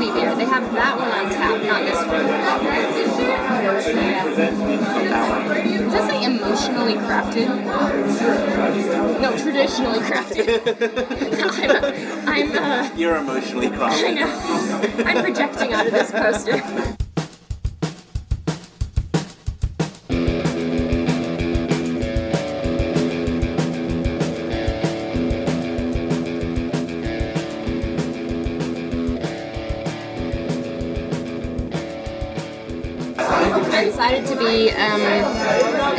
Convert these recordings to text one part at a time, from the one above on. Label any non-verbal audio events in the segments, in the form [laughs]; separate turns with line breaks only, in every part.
have that one on tap, not this one. Yeah. Does say emotionally crafted? No, traditionally crafted. [laughs] I'm, I'm uh,
You're
[laughs]
emotionally
I
crafted.
know. I'm projecting onto this poster. I decided to be um,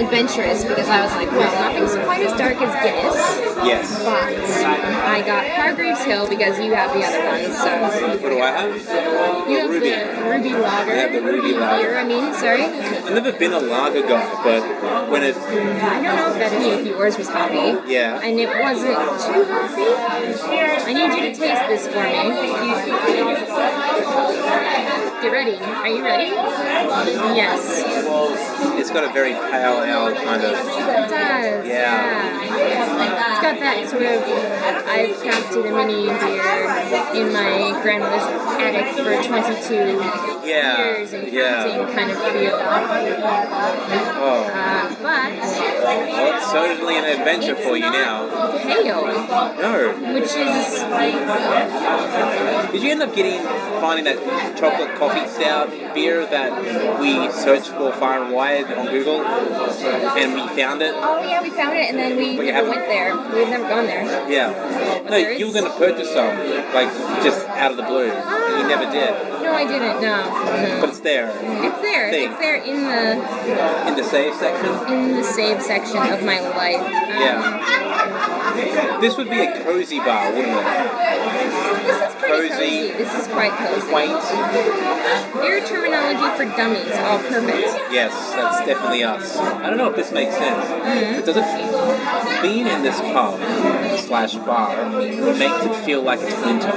adventurous because I was like, well, nothing's quite as dark as Guinness,
Yes.
but I got Hargreaves Hill because you have the other one, so
What do I have?
you have
Ruby.
the Ruby Lager.
I have the Ruby Lager.
Beer, I mean, sorry.
I've never been a lager guy, but when it
I don't know if that any of yours was hoppy.
Yeah.
And it wasn't too hoppy. I need you to taste this for me. Get ready. Are you ready? Yes.
it's got a very pale ale kind of
It does.
Yeah.
yeah. It's got that sort of I've crafted a mini beer in my grandmother's attic for 22
Yeah,
years and
yeah.
counting kind of feel. Uh,
oh,
but
well, it's certainly an adventure
it's
for you
not
now.
pale,
No.
which is oh,
Did you end up getting finding that chocolate coffee stout beer that we searched for far and wide on Google, and we found it?
oh yeah, we found it and then we
But you
never
haven't-
went there. We've never gone there.
Yeah. No,
There
you were
is-
going to purchase some, like just out of the blue, and you never did. Mm-hmm.
No, I didn't. No.
But it's there
It's there.
Thing.
It's there in the
in the save section.
in the save section of my life. Um,
Yeah. This would be a cozy bar, wouldn't it?
This is pretty
Cozy.
cozy. This is quite cozy.
Quaint.
Your terminology for dummies, all perfect.
Yes, that's definitely us. I don't know if this makes sense.
Mm-hmm.
Does it being in this pub slash bar makes it feel like it's winter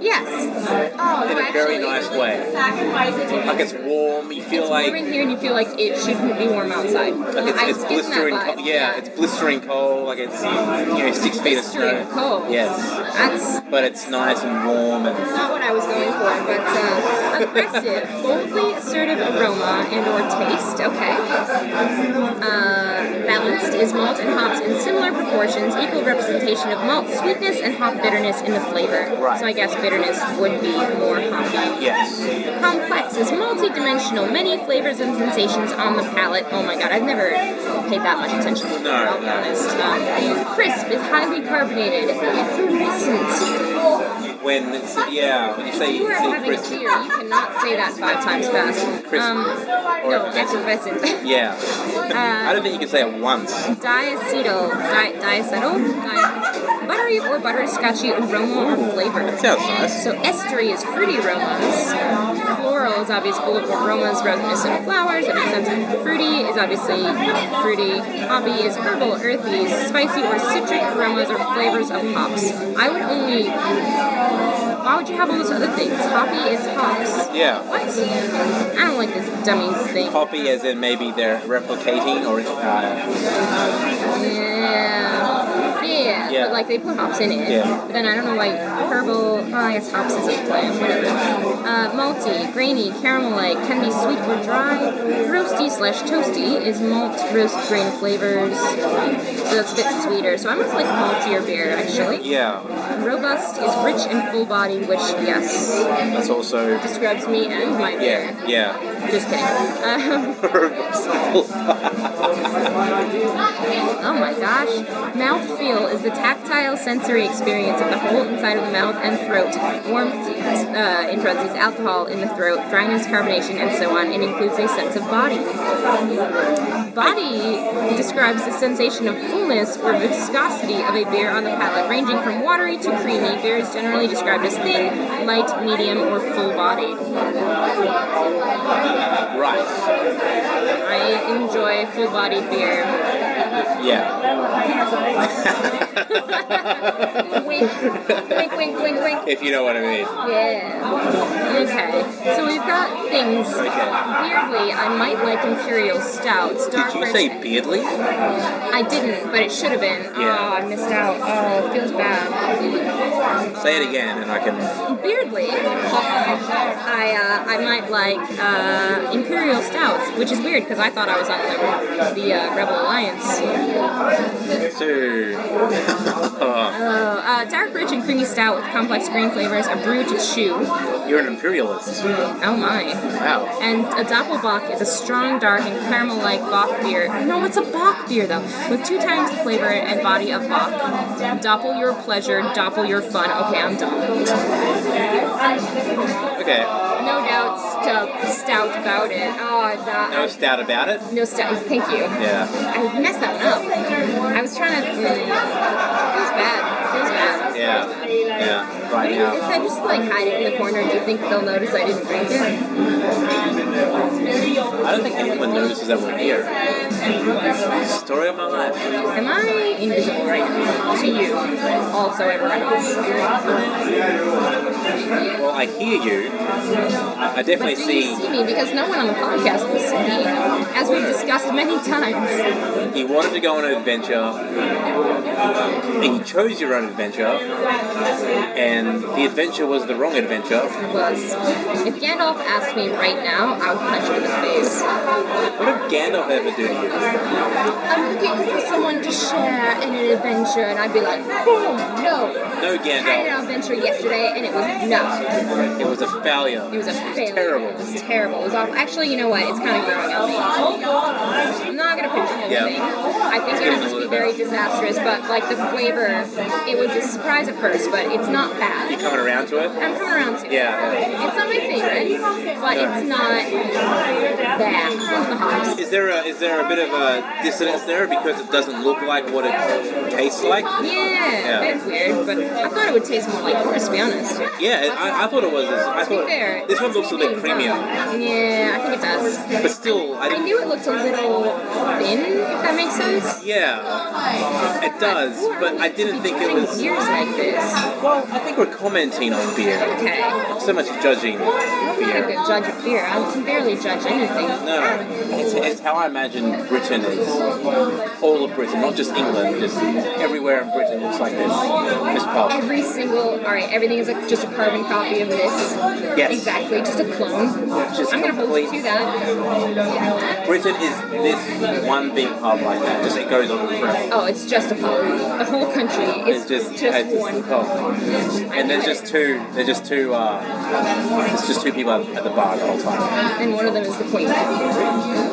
Yes. Oh,
in a very nice way? Like it's warm. You feel
it's
like
warm in here, and you feel like it shouldn't be warm outside.
like
I
it's, it's
was getting that
blistering.
vibe.
cold. Yeah, it's blistering cold. Like it's you know six feet of
Blistering
snow.
cold.
Yes,
That's
but it's nice and warm and
not what I was going for, but uh, aggressive, boldly assertive aroma and or taste. Okay. Uh, balanced is malt and hops in similar proportions, equal representation of malt sweetness and hop bitterness in the flavor.
Right.
So I guess bitterness would be more hoppy.
yes.
Complex is multi-dimensional, many flavors and sensations on the palate. Oh my god, I've never paid that much attention to it,
No,
I'll be
no.
honest. Um, crisp is highly carbonated, effervescent.
When it's yeah, when you say
If you are
say
having a
crisp,
beer, you cannot say that five times fast.
Crisp.
Um,
Or
no, effervescent.
yeah. I
Uh,
don't think you can say it once.
[laughs] diacetyl, di- diacetyl, di- buttery or butterscotchy aroma or flavor.
Sounds nice.
So estery is fruity aromas. Floral is obviously full of aromas, resinous and flowers. That makes sense. Fruity is obviously fruity. Hoppy is herbal, earthy, spicy or citric aromas or flavors of hops. I would only. Why would you have all those other things? Hoppy is hops.
Yeah.
What? I don't like this dummies thing.
Copy as in maybe they're replicating or uh,
Yeah. Yeah.
Yeah.
But like they put hops in it.
Yeah.
But then I don't know like herbal. Oh, I guess hops is a plant. Whatever. Uh, malty, grainy, caramel like, can be sweet or dry. Roasty slash toasty is malt, roast, grain flavors. So that's a bit sweeter. So I'm gonna like maltier beer actually.
yeah.
Robust is rich and full body, which yes
That's also
describes me and my beer.
yeah yeah. [laughs]
Just kidding. Um, Oh my gosh. Mouthfeel is the tactile sensory experience of the whole inside of the mouth and throat. Warmth, uh, in parentheses, alcohol in the throat, dryness, carbonation, and so on, and includes a sense of body. Body describes the sensation of fullness or viscosity of a beer on the palate, ranging from watery to creamy. Beer is generally described as thin, light, medium, or full bodied.
right.
I enjoy full bodied beer.
Yeah.
wink, [laughs] wink, wink, wink, wink.
If you know what I mean.
Yeah. Okay. So we've got things. Weirdly, I might like imperial stouts. Dark
Did you
red-
say Beardley?
I didn't, but it should have been.
Yeah.
Oh, I missed out. Oh, feels bad.
Say it again, and I can.
Weirdly, I I uh, I might like uh, imperial stouts, which is weird because I thought I was on like the uh, Rebel Alliance.
So,
Oh, uh, dark, rich, and creamy stout with complex green flavors, a brew to chew.
you're an imperialist.
Oh my.
Wow.
And a Doppelbock is a strong, dark, and caramel like Bock beer. No, it's a Bock beer though, with two times the flavor and body of Bock. Doppel your pleasure, doppel your fun. Okay, I'm done.
Okay.
No doubt stu- stout about it. Oh, the,
No stout about it.
no stout. Thank you.
Yeah.
I messed that one up. I was trying to. Mm, feels bad. Feels bad.
Yeah. Yeah.
But
Right
if if
now.
I just like hide it in the corner, do you think they'll notice I didn't drink it?
I don't think anyone notices that we're here. Story of my life.
Am I invisible right now to you? Also, everyone else.
Well, I hear you. I
But
definitely
do you
see
see me? Because no one on the podcast will see me, as we've discussed many times.
he wanted to go on an adventure, and you chose your own adventure, and the adventure was the wrong adventure.
Was if Gandalf asked me right now, I would punch him in the face.
What did Gandalf ever do to
I'm looking for someone to share in an adventure, and I'd be like, boom, no.
you? No,
I had
Gandalf.
an adventure yesterday, and it was no.
It was a failure.
It was a failure.
terrible.
It was terrible. It was awful. Actually, you know what? It's kind of growing on me. I'm not gonna finish the whole
Yeah.
thing. I think
Give it
it'll
a
just be
little
very
bit.
disastrous. But like the flavor, it was a surprise at first, but it's not bad.
Coming around to it.
I'm coming around to it.
Yeah.
It's not my favorite, but it's not bad.
Is there a is there a bit of a dissonance there because it doesn't look like what it tastes like?
Yeah, that's weird, but I thought it would taste more like horse, to be honest.
Yeah, it, I, I thought it was. This, I
To be
thought
fair,
this one looks a bit creamier,
Yeah, I think it does.
but still, I
I
didn't.
knew it looked a little thin, if that makes sense.
Yeah, it does, but I didn't think it was.
Years like this.
Well, I think we're commenting on beer,
Okay. I'm
so much judging
not a
beer.
good judge of beer. I can barely judge anything.
No, it's, it's how I imagine Britain is. All of Britain, not just England, just everywhere in Britain looks like this. This pub.
Every single, all right, everything is like just a carbon copy of this.
Yes.
Exactly, just a clone.
Just
I'm gonna hold you
complete.
to that.
Britain is this one big pub like that. Just it goes on forever.
Oh, it's just a pub. The whole country is
It's just,
just,
it's just
one.
a pub. And there's just two. There's just two. Uh, there's just two people at at the bar the whole time.
And one of them is the queen. I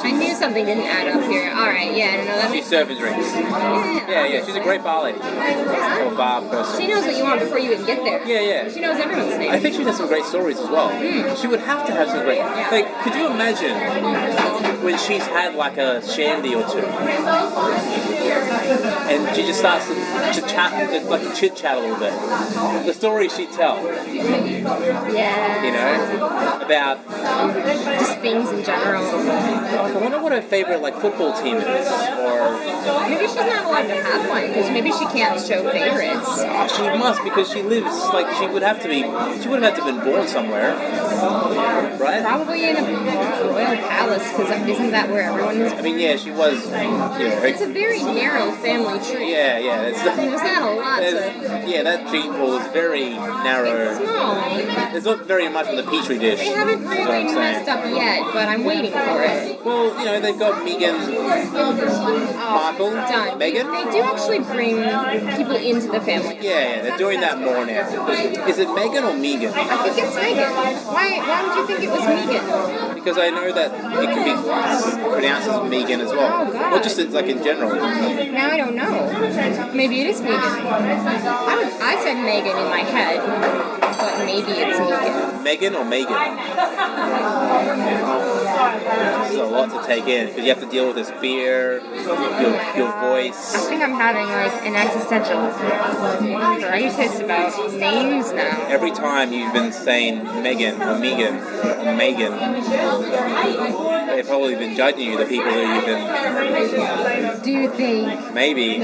She's,
knew something didn't add up here. All right, yeah, no, that
she's
makes
serving drinks. Yeah, yeah. She's a great bar lady. Or bar person.
She knows what you want before you even get there.
Yeah, yeah.
She knows everyone's name.
I think she has some great stories as well.
Hmm.
She would have to have some great. Like, could you imagine when she's had like a shandy or two, and she just starts to, to chat, like chit chat a little bit. The stories she tell,
yeah.
you know, about
Just things in general.
like, I wonder what her favorite like football team is, or
Maybe she's not allowed to have one because maybe she can't show favorites.
oh, she must because she lives like she would have to be. She would have had to have been born somewhere, right?
Probably in a royal palace because isn't that where everyone
I
is?
mean, yeah, she was. You know,
It's a very narrow family tree.
yeah, yeah. It's
There's not a lot to.
There's- yeah, that gene pool is very
It's
narrow.
small.
There's not very much in the petri dish.
They haven't
is what I'm
really
saying.
messed up yet, but I'm waiting for it.
Well, you know, they've got Megan's Markle,
Oh, Done.
Megan.
They do actually bring people into the family.
Yeah, yeah, they're doing that more now. Is it Megan or Megan?
I think it's Megan. Why? Why would you think it was Megan?
Because I know that it can be pronounced as Megan as well.
Oh, God.
Not just it's like in general.
Now I don't know. Maybe it is Megan. I, was, I said Megan in my head, but maybe it's Megan.
Megan or Megan? There's a lot to take in because you have to deal with this beer, your, your
I
voice.
think I'm having like an existential crisis about names now.
Every time you've been saying Megan or Megan or Megan, they've probably been judging you, the people that you've been.
Do you think?
Maybe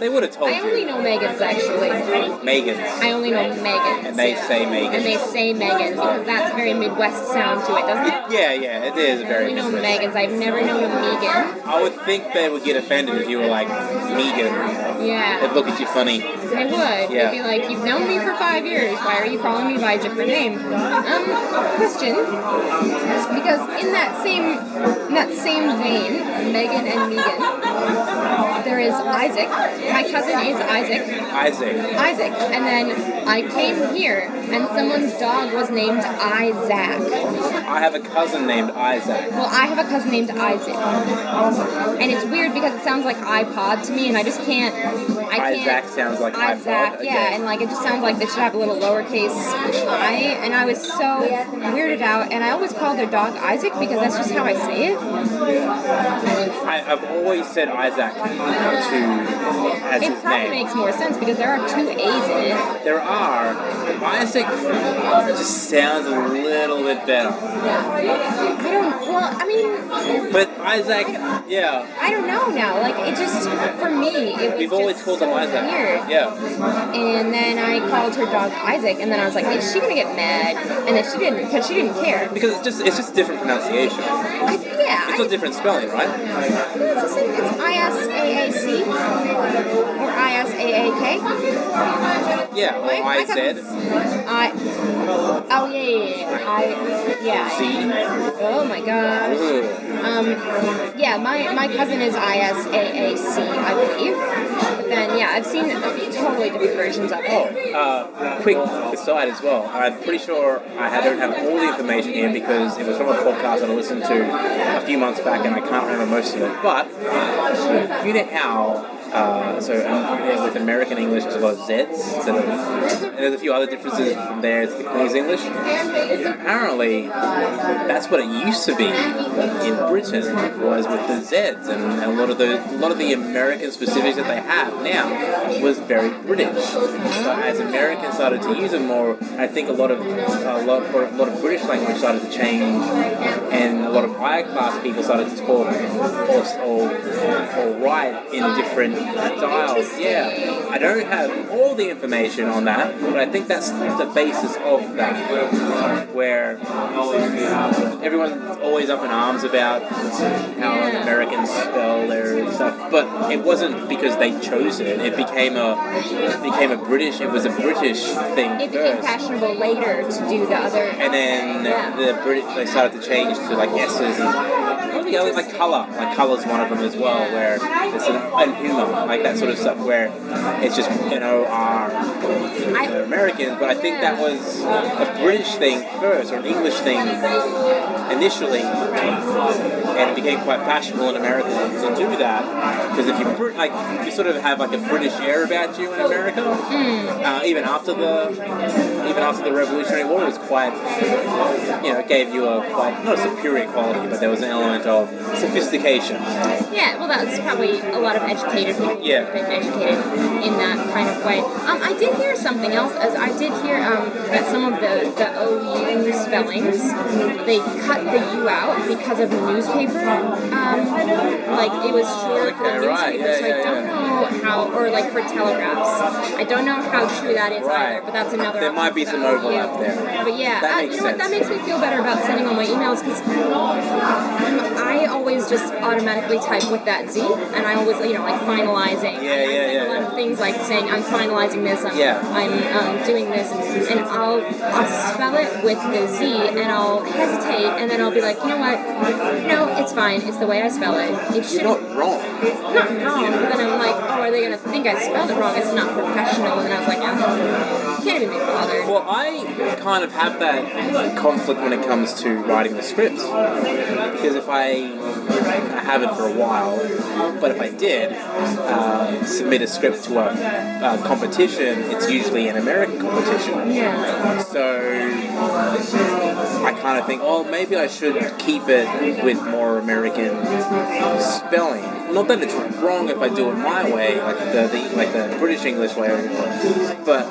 they would have told
I only
you
know Megan's actually.
Megan's.
I only know Megan.
And they say Megan.
And they say Megan because that's a very Midwest sound to it, doesn't it?
Yeah, yeah, it is
I
very.
only know
Midwest.
Megan's. I've never known a Megan.
I would think they would get offended if you were like Megan. stuff,
Yeah.
they'd look at you funny.
I would.
Yeah.
They'd be like, you've known me for five years. Why are you calling me by a different name? Um, question. Because in that same in that same vein, Megan and Megan, there is Isaac. My cousin is Isaac.
Isaac.
Isaac. And then I came here, and someone's dog was named Isaac.
I have a cousin named Isaac.
Well, I have a cousin named Isaac, and it's weird because it sounds like iPod to me, and I just can't. I can't,
Isaac sounds like
Isaac,
iPod.
yeah,
Okay.
and like it just sounds like they should have a little lowercase i, and I was so weirded out, and I always call their dog Isaac because that's just how I say it.
I, I've always said Isaac to as
It
his
probably
name.
makes more sense because there are two A's in it.
there are Isaac just sounds a little bit better,
I don't, well, I mean,
but Isaac, yeah.
I don't know now. Like it just for me, it was
We've always
just
called
so
him Isaac.
weird.
Yeah.
And then I called her dog Isaac, and then I was like, is she gonna get mad? And then she didn't, because she didn't care.
Because it's just it's just different pronunciation. It's
I, yeah, I,
a different spelling, right?
it's the same. It's I S A A C or I S A A K.
Yeah. Or Oh, I said
I. Oh yeah, yeah, yeah. I yeah. I-
Z.
Oh my gosh.
Ooh.
Um, yeah, my, my cousin is I S A A C, I believe. But then yeah, I've seen totally different versions of
Oh,
it.
uh, quick aside as well. I'm pretty sure I had- don't have all the information here because it was from a podcast that I listened to a few months back and I can't remember most of it. But you know how, uh, so um, yeah, with American English, there's a lot of Zs instead of, and there's a few other differences from there to the Queen's English. Apparently, that's what it used to be in Britain was with the Zs, and, and a lot of the a lot of the American specifics that they have now was very British. But as Americans started to use it more, I think a lot of a lot a lot of British language started to change, and a lot of higher class people started to talk or, or, or write in different styles. Yeah, I don't have all the information on that, but I think that's the basis of that, where everyone's always up in arms about how
Yeah.
Americans spell their stuff, but it wasn't because they chose it. It became a it became a British. It was a British thing
It became
first.
fashionable later to do the other. um,
and then
Yeah.
the British they started to change to like S's and all the other like color, like color's one of them as well,
Yeah.
where it's an, and humor, like that sort of stuff, where it's just an O R for
I,
Americans, but I think that was a British thing first, or an English thing initially, and it became quite fashionable in America to do that. Because if you Brit- like, you sort of have like a British air about you in America, uh, even after the even after the Revolutionary War it was quite, you know, it gave you a quite not a superior quality, but there was an element of sophistication.
yeah, well, that's probably a lot of educated people.
Yeah.
have Been educated in that kind of way. Um, I did hear something else. As I did hear um, that some of the the OU spellings they cut the U out because of the newspaper. Um, like it was shorter for
Okay,
the newspaper,
right. Yeah,
so
yeah,
I don't
yeah.
know how, or like for telegraphs. I don't know how true that is
Right.
either, but that's another.
There might
option
be
for
some
OU.
overlap there.
But yeah,
That
uh,
makes
you know what? That makes
sense.
me feel better about sending all my emails because I always just automatically type with that Z, and I always, you know, like finalizing.
Yeah,
I- I
yeah,
send
yeah,
A lot
yeah.
of things like saying I'm finalizing this. I'm,
Yeah.
I'm um, doing this, and I'll I'll spell it with the Z, and I'll hesitate, and then I'll be like, you know what? No, it's fine. It's the way I spell it. It
You're
should
not
not
wrong.
wrong. But then I'm like, oh, are they gonna think I spelled it wrong? It's not professional. And I was like, oh, can't even be bothered.
Well, I kind of have that conflict when it comes to writing the scripts. Because if I, I haven't for a while, but if I did uh, submit a script to a, a competition, it's usually an American competition.
Yeah.
So I kind of think, oh, maybe I should keep it with more American spelling. Not that it's wrong if I do it my way, like the, the like the British English way, but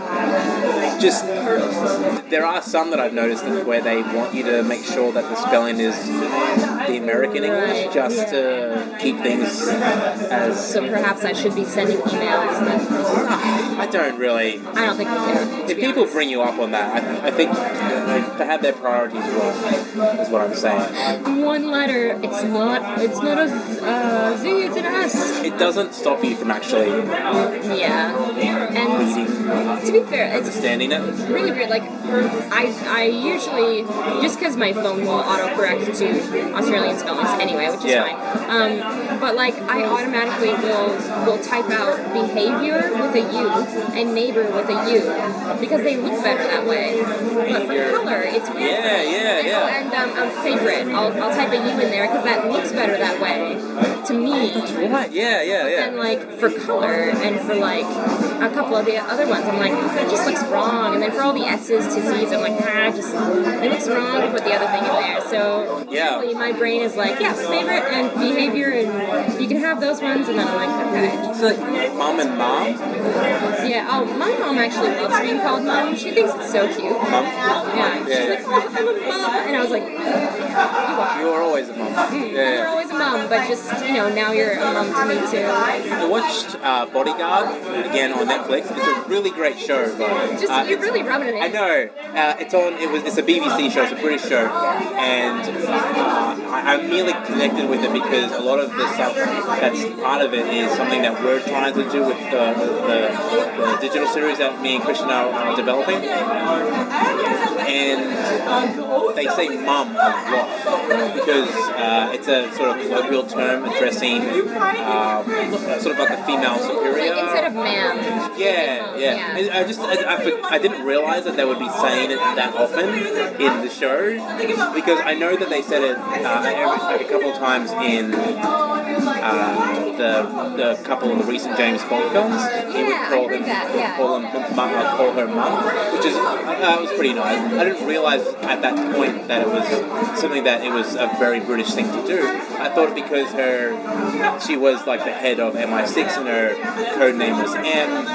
just there are some that I've noticed that where they want you to make sure that the spelling is the American English just to keep things as
So perhaps I should be sending emails that
I don't really.
I don't think we can.
If people bring you up on that, I, I think they have their priorities wrong. Is what I'm saying.
one letter, it's not it's not a z- uh, Z, it's an S.
It doesn't stop you from actually
Yeah. And to be fair, it's
understanding it.
really weird. Like, I, I usually, just because my phone will autocorrect to Australian spellings anyway, which is
Yeah.
fine. Um, but, like, I automatically will, will type out behavior with a U and neighbor with a U because they look better that way. But for color, it's weird.
Yeah, yeah,
and,
yeah.
And um, um, favorite, I'll, I'll type a U in there because that looks better that way to me.
Right? Yeah, yeah,
And
yeah.
like for color and for like a couple of the other ones, I'm like, it just looks wrong. And then for all the S's to Z's, I'm like, ah, just it looks wrong to put the other thing in there. So
Yeah.
usually my brain is like, yeah, favorite and behavior, and you can have those ones. And then I'm like,
It's like mum and mom.
okay, yeah. Oh, my mom actually loves being called mom. She thinks it's so cute.
Mum.
Yeah. She's like, oh, I'm a mom, and I was like, "Hmm,
You're always a mum.
you're
Yeah.
always a mom, but just you know, now you're a mom to me too.
I watched uh, Bodyguard again on Netflix. It's a really great show. but,
Just
uh,
you're really rubbing it in.
I know. Uh, it's on. It was. It's a BBC show. It's a British show, and uh, I, I'm merely connected with it because a lot of the stuff that's part of it is something that we're trying to do with the, the, the, digital series that me and Christian are, are developing. And they say "mum" a lot because uh, it's a sort of colloquial term addressing uh, sort of like a female superior.
Like instead of ma'am.
Yeah, yeah.
Yeah.
I I just I, I, for- I didn't realize that they would be saying it that often in the show because I know that they said it uh, every, a couple of times in uh, the the couple of the recent James Bond films. He would
Yeah, I
call
heard
them
that, yeah.
call them mum, uh, call her mum, which is uh, it was pretty nice. I didn't realize at that point that it was something that it was a very British thing to do. I thought because her she was like the head of MI6 and her code name was M.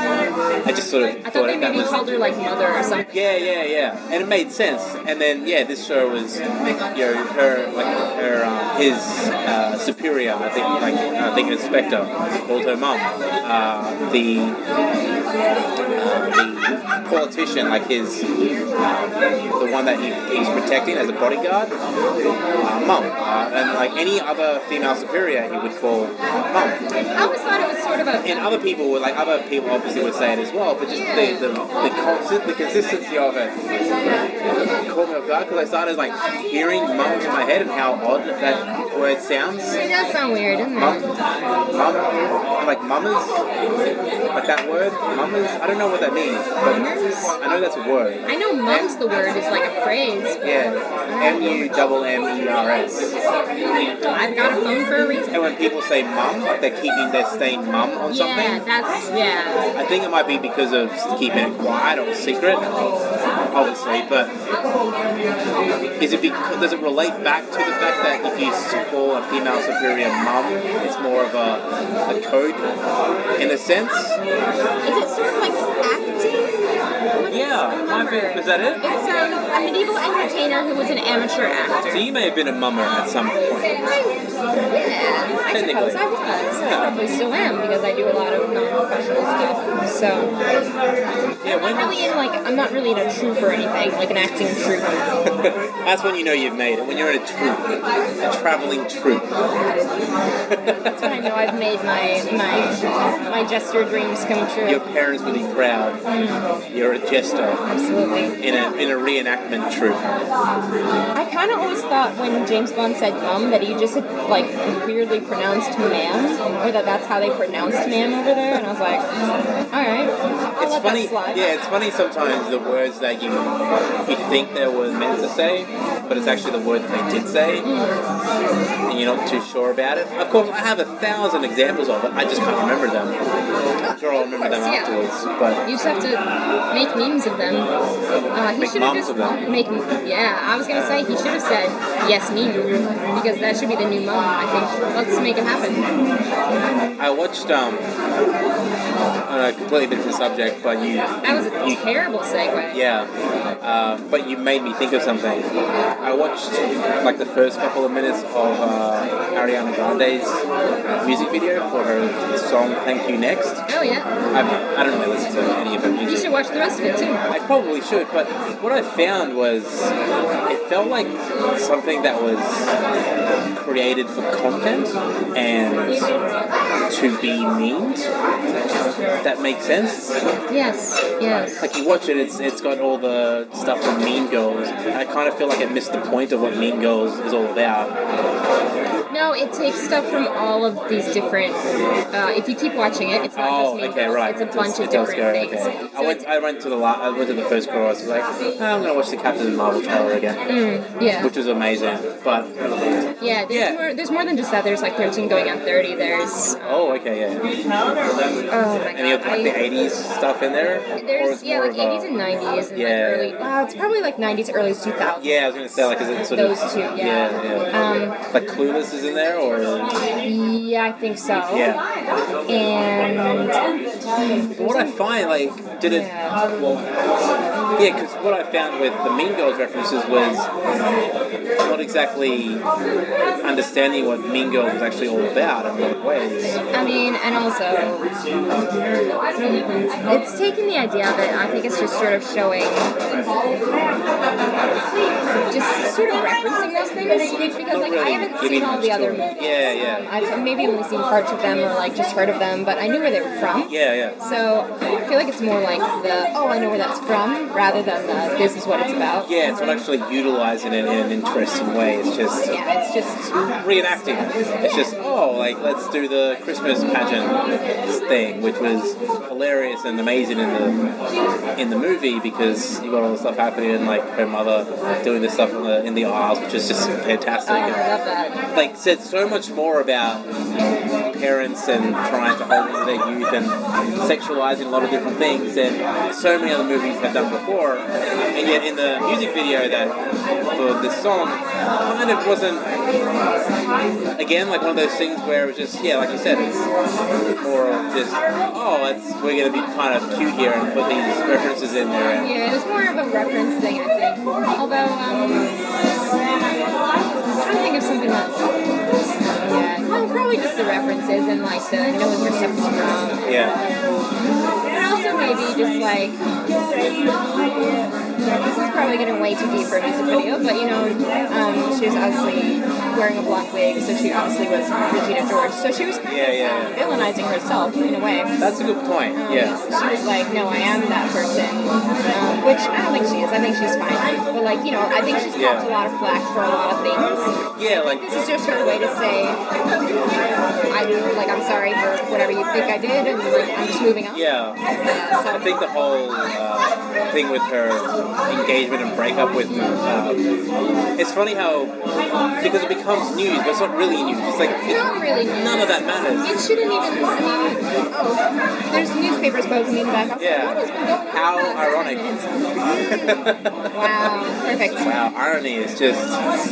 I just sort of
I
thought,
thought they
that
maybe
was
called her like mother or something.
yeah, yeah, yeah, and it made sense. And then yeah, this show was you know her like her um, his uh, superior. I think like uh, I think Inspector called her mum. Uh, the uh, the politician, like his the one that he, he's protecting as a bodyguard, uh, mum. Uh, and like any other female superior, he would call mum
I always thought it was sort of a.
and other people would like other people obviously would say it as well, but just
Yeah.
the the, the, consi- the consistency of it caught me off guard because I started like hearing mum in my head and how odd that word sounds.
It does sound weird, doesn't
Mum,
it?
mum, like mummers, like that word, mummers. I don't know what that means, but I know that's a word.
I know mum's the word is like a phrase.
Yeah, M U double M E R S.
I've got a phone for a reason.
And when people say mum, like they're keeping, they're staying mum on something.
Yeah, that's yeah.
I think it might be because of keeping it quiet or secret, obviously. But is it because does it relate back to the fact that if you call a female superior mum, it's more of a, a code in a sense?
Is it sort of like acting?
Yeah, might be. Is that it?
It's um, a medieval entertainer who was an amateur actor.
So you may have been a mummer at some point.
Yeah, I suppose I was. I probably still am because I do a lot of non-professional stuff. So
Yeah,
I'm
when
not really in like I'm not really in a troupe or anything, like an acting troupe.
[laughs] that's when you know you've made it. When you're in a troupe, a traveling troupe.
That's when I know I've made my my my jester dreams come
Your
true.
parents will be proud. You're a jester
Absolutely.
in a in a reenactment troupe.
I kind of always thought when James Bond said mum that he just had, like weirdly pronounced ma'am, or that that's how they pronounced ma'am over there, and I was like, all right, I'll
It's
let
funny,
that slide.
yeah. It's funny sometimes the words that you you think they were meant to say, but it's actually the word that they did say, and you're not too sure about it. Of course, I have a thousand examples of it. I just can't remember them. I'm sure I'll remember them
Of course, yeah.
afterwards. But
You just have to make memes of them. Uh, he
Make
should have
mums
just
of them.
make me. Yeah, I was gonna say he should have said yes, me, because that should be the new moment. I think let's make it happen.
I watched um, on a completely different subject, but you,
That was a
you
terrible segue.
yeah, uh, but you made me think of something. I watched like the first couple of minutes of uh, Ariana Grande's music video for her song "Thank You Next."
Oh yeah,
I, I don't really listen to any of her
you
music.
should watch the rest of it too.
I probably should, but what I found was it felt like something that was created for content and to be memed. If That makes sense.
Yes, yes.
Like you watch it, it's it's got all the stuff from Mean Girls, and I kind of feel like it missed the point of what Mean Girls is all about.
No, it takes stuff from all of these different. Uh, if you keep watching it, it's not
Oh,
just me.
okay, right.
It's a
It
bunch
does-
of
it does
different
go,
things.
okay.
So
I went.
it's-
I went to the la- I went to the first chorus. I was
[laughs]
like, "Oh, I'm gonna watch the Captain Marvel trailer again,
Mm. yeah,
which was amazing. But
yeah. There's
yeah.
more. There's more than just that. There's like 13 going on 30. There's.
oh, okay, yeah.
Oh my
Any of
god.
like the
I,
'80s stuff in there? Or
there's
it's
yeah,
more
like
of a-
80s and 90s and
Yeah.
like early. Uh, it's probably like 90s, early 2000s.
Yeah, I was gonna say like, is it sort
Those
of
two, yeah.
yeah, yeah. like Clueless is in there, or
Um, yeah, I think so.
yeah.
And
But what I find, like, did it?
Yeah.
Well, yeah, because what I found with the Mean Girls references was not exactly understanding what Mean Girls was actually all about in a lot of ways.
I mean, and also, it's taking the idea of it. I think it's just sort of showing, just sort of referencing those things because like I
Really
haven't
giving
seen all
much
the other
to it.
movies. Um,
Yeah, yeah,
I've maybe only seen parts of them or like just heard of them, but I knew where they were from.
yeah, yeah.
So I feel like it's more like the oh I know where that's from rather than the this is what it's about.
Yeah, it's not actually utilizing it in an interesting way. It's just
Yeah, it's just
reenacting. It's just oh, like let's do the Christmas pageant thing, which was hilarious and amazing in the in the movie because you got all the stuff happening and like her mother doing this stuff in the in the aisles, which is just fantastic.
oh, I love that.
like said so much more about parents and trying to hold on to their youth and sexualizing a lot of different things than so many other movies have done before. And yet in the music video that for this song kind of wasn't again like one of those things where it was just yeah, like you said, it's more of just oh it's we're gonna be kind of cute here and put these references in there and
Yeah, it's more of a reference thing, I think. Although, um, I'm trying to think of something else. Yeah, no, probably just the references and like the knowing where stuff is from.
yeah.
And also maybe just like this is probably getting way too deep for a music video, but you know, um, she was obviously wearing a blonde wig, so she obviously was Regina George. So she was kind
Yeah,
of
yeah,
um,
yeah.
villainizing herself in a way.
That's a good point.
Um,
Yeah.
She was like, no, I am that person. Um, which I don't think she is. I think she's fine. But, like, you know, I think she's
Yeah.
popped a lot of flack for a lot of things.
Yeah, like
This is just her way to say, I, like, I'm sorry for whatever you think I did, and, like, I'm just moving on.
yeah.
Uh,
I
so,
think the whole uh, thing with her engagement and breakup with um, it's funny how because it becomes news, but it's not really news. It's like
it's not really news.
none of that matters.
It shouldn't even, I mean, oh, there's newspapers poking in the back. I was
Yeah.
like, what has been going on?
How
for the last
ironic.
10 minutes? Mm. wow, perfect.
Wow, irony is just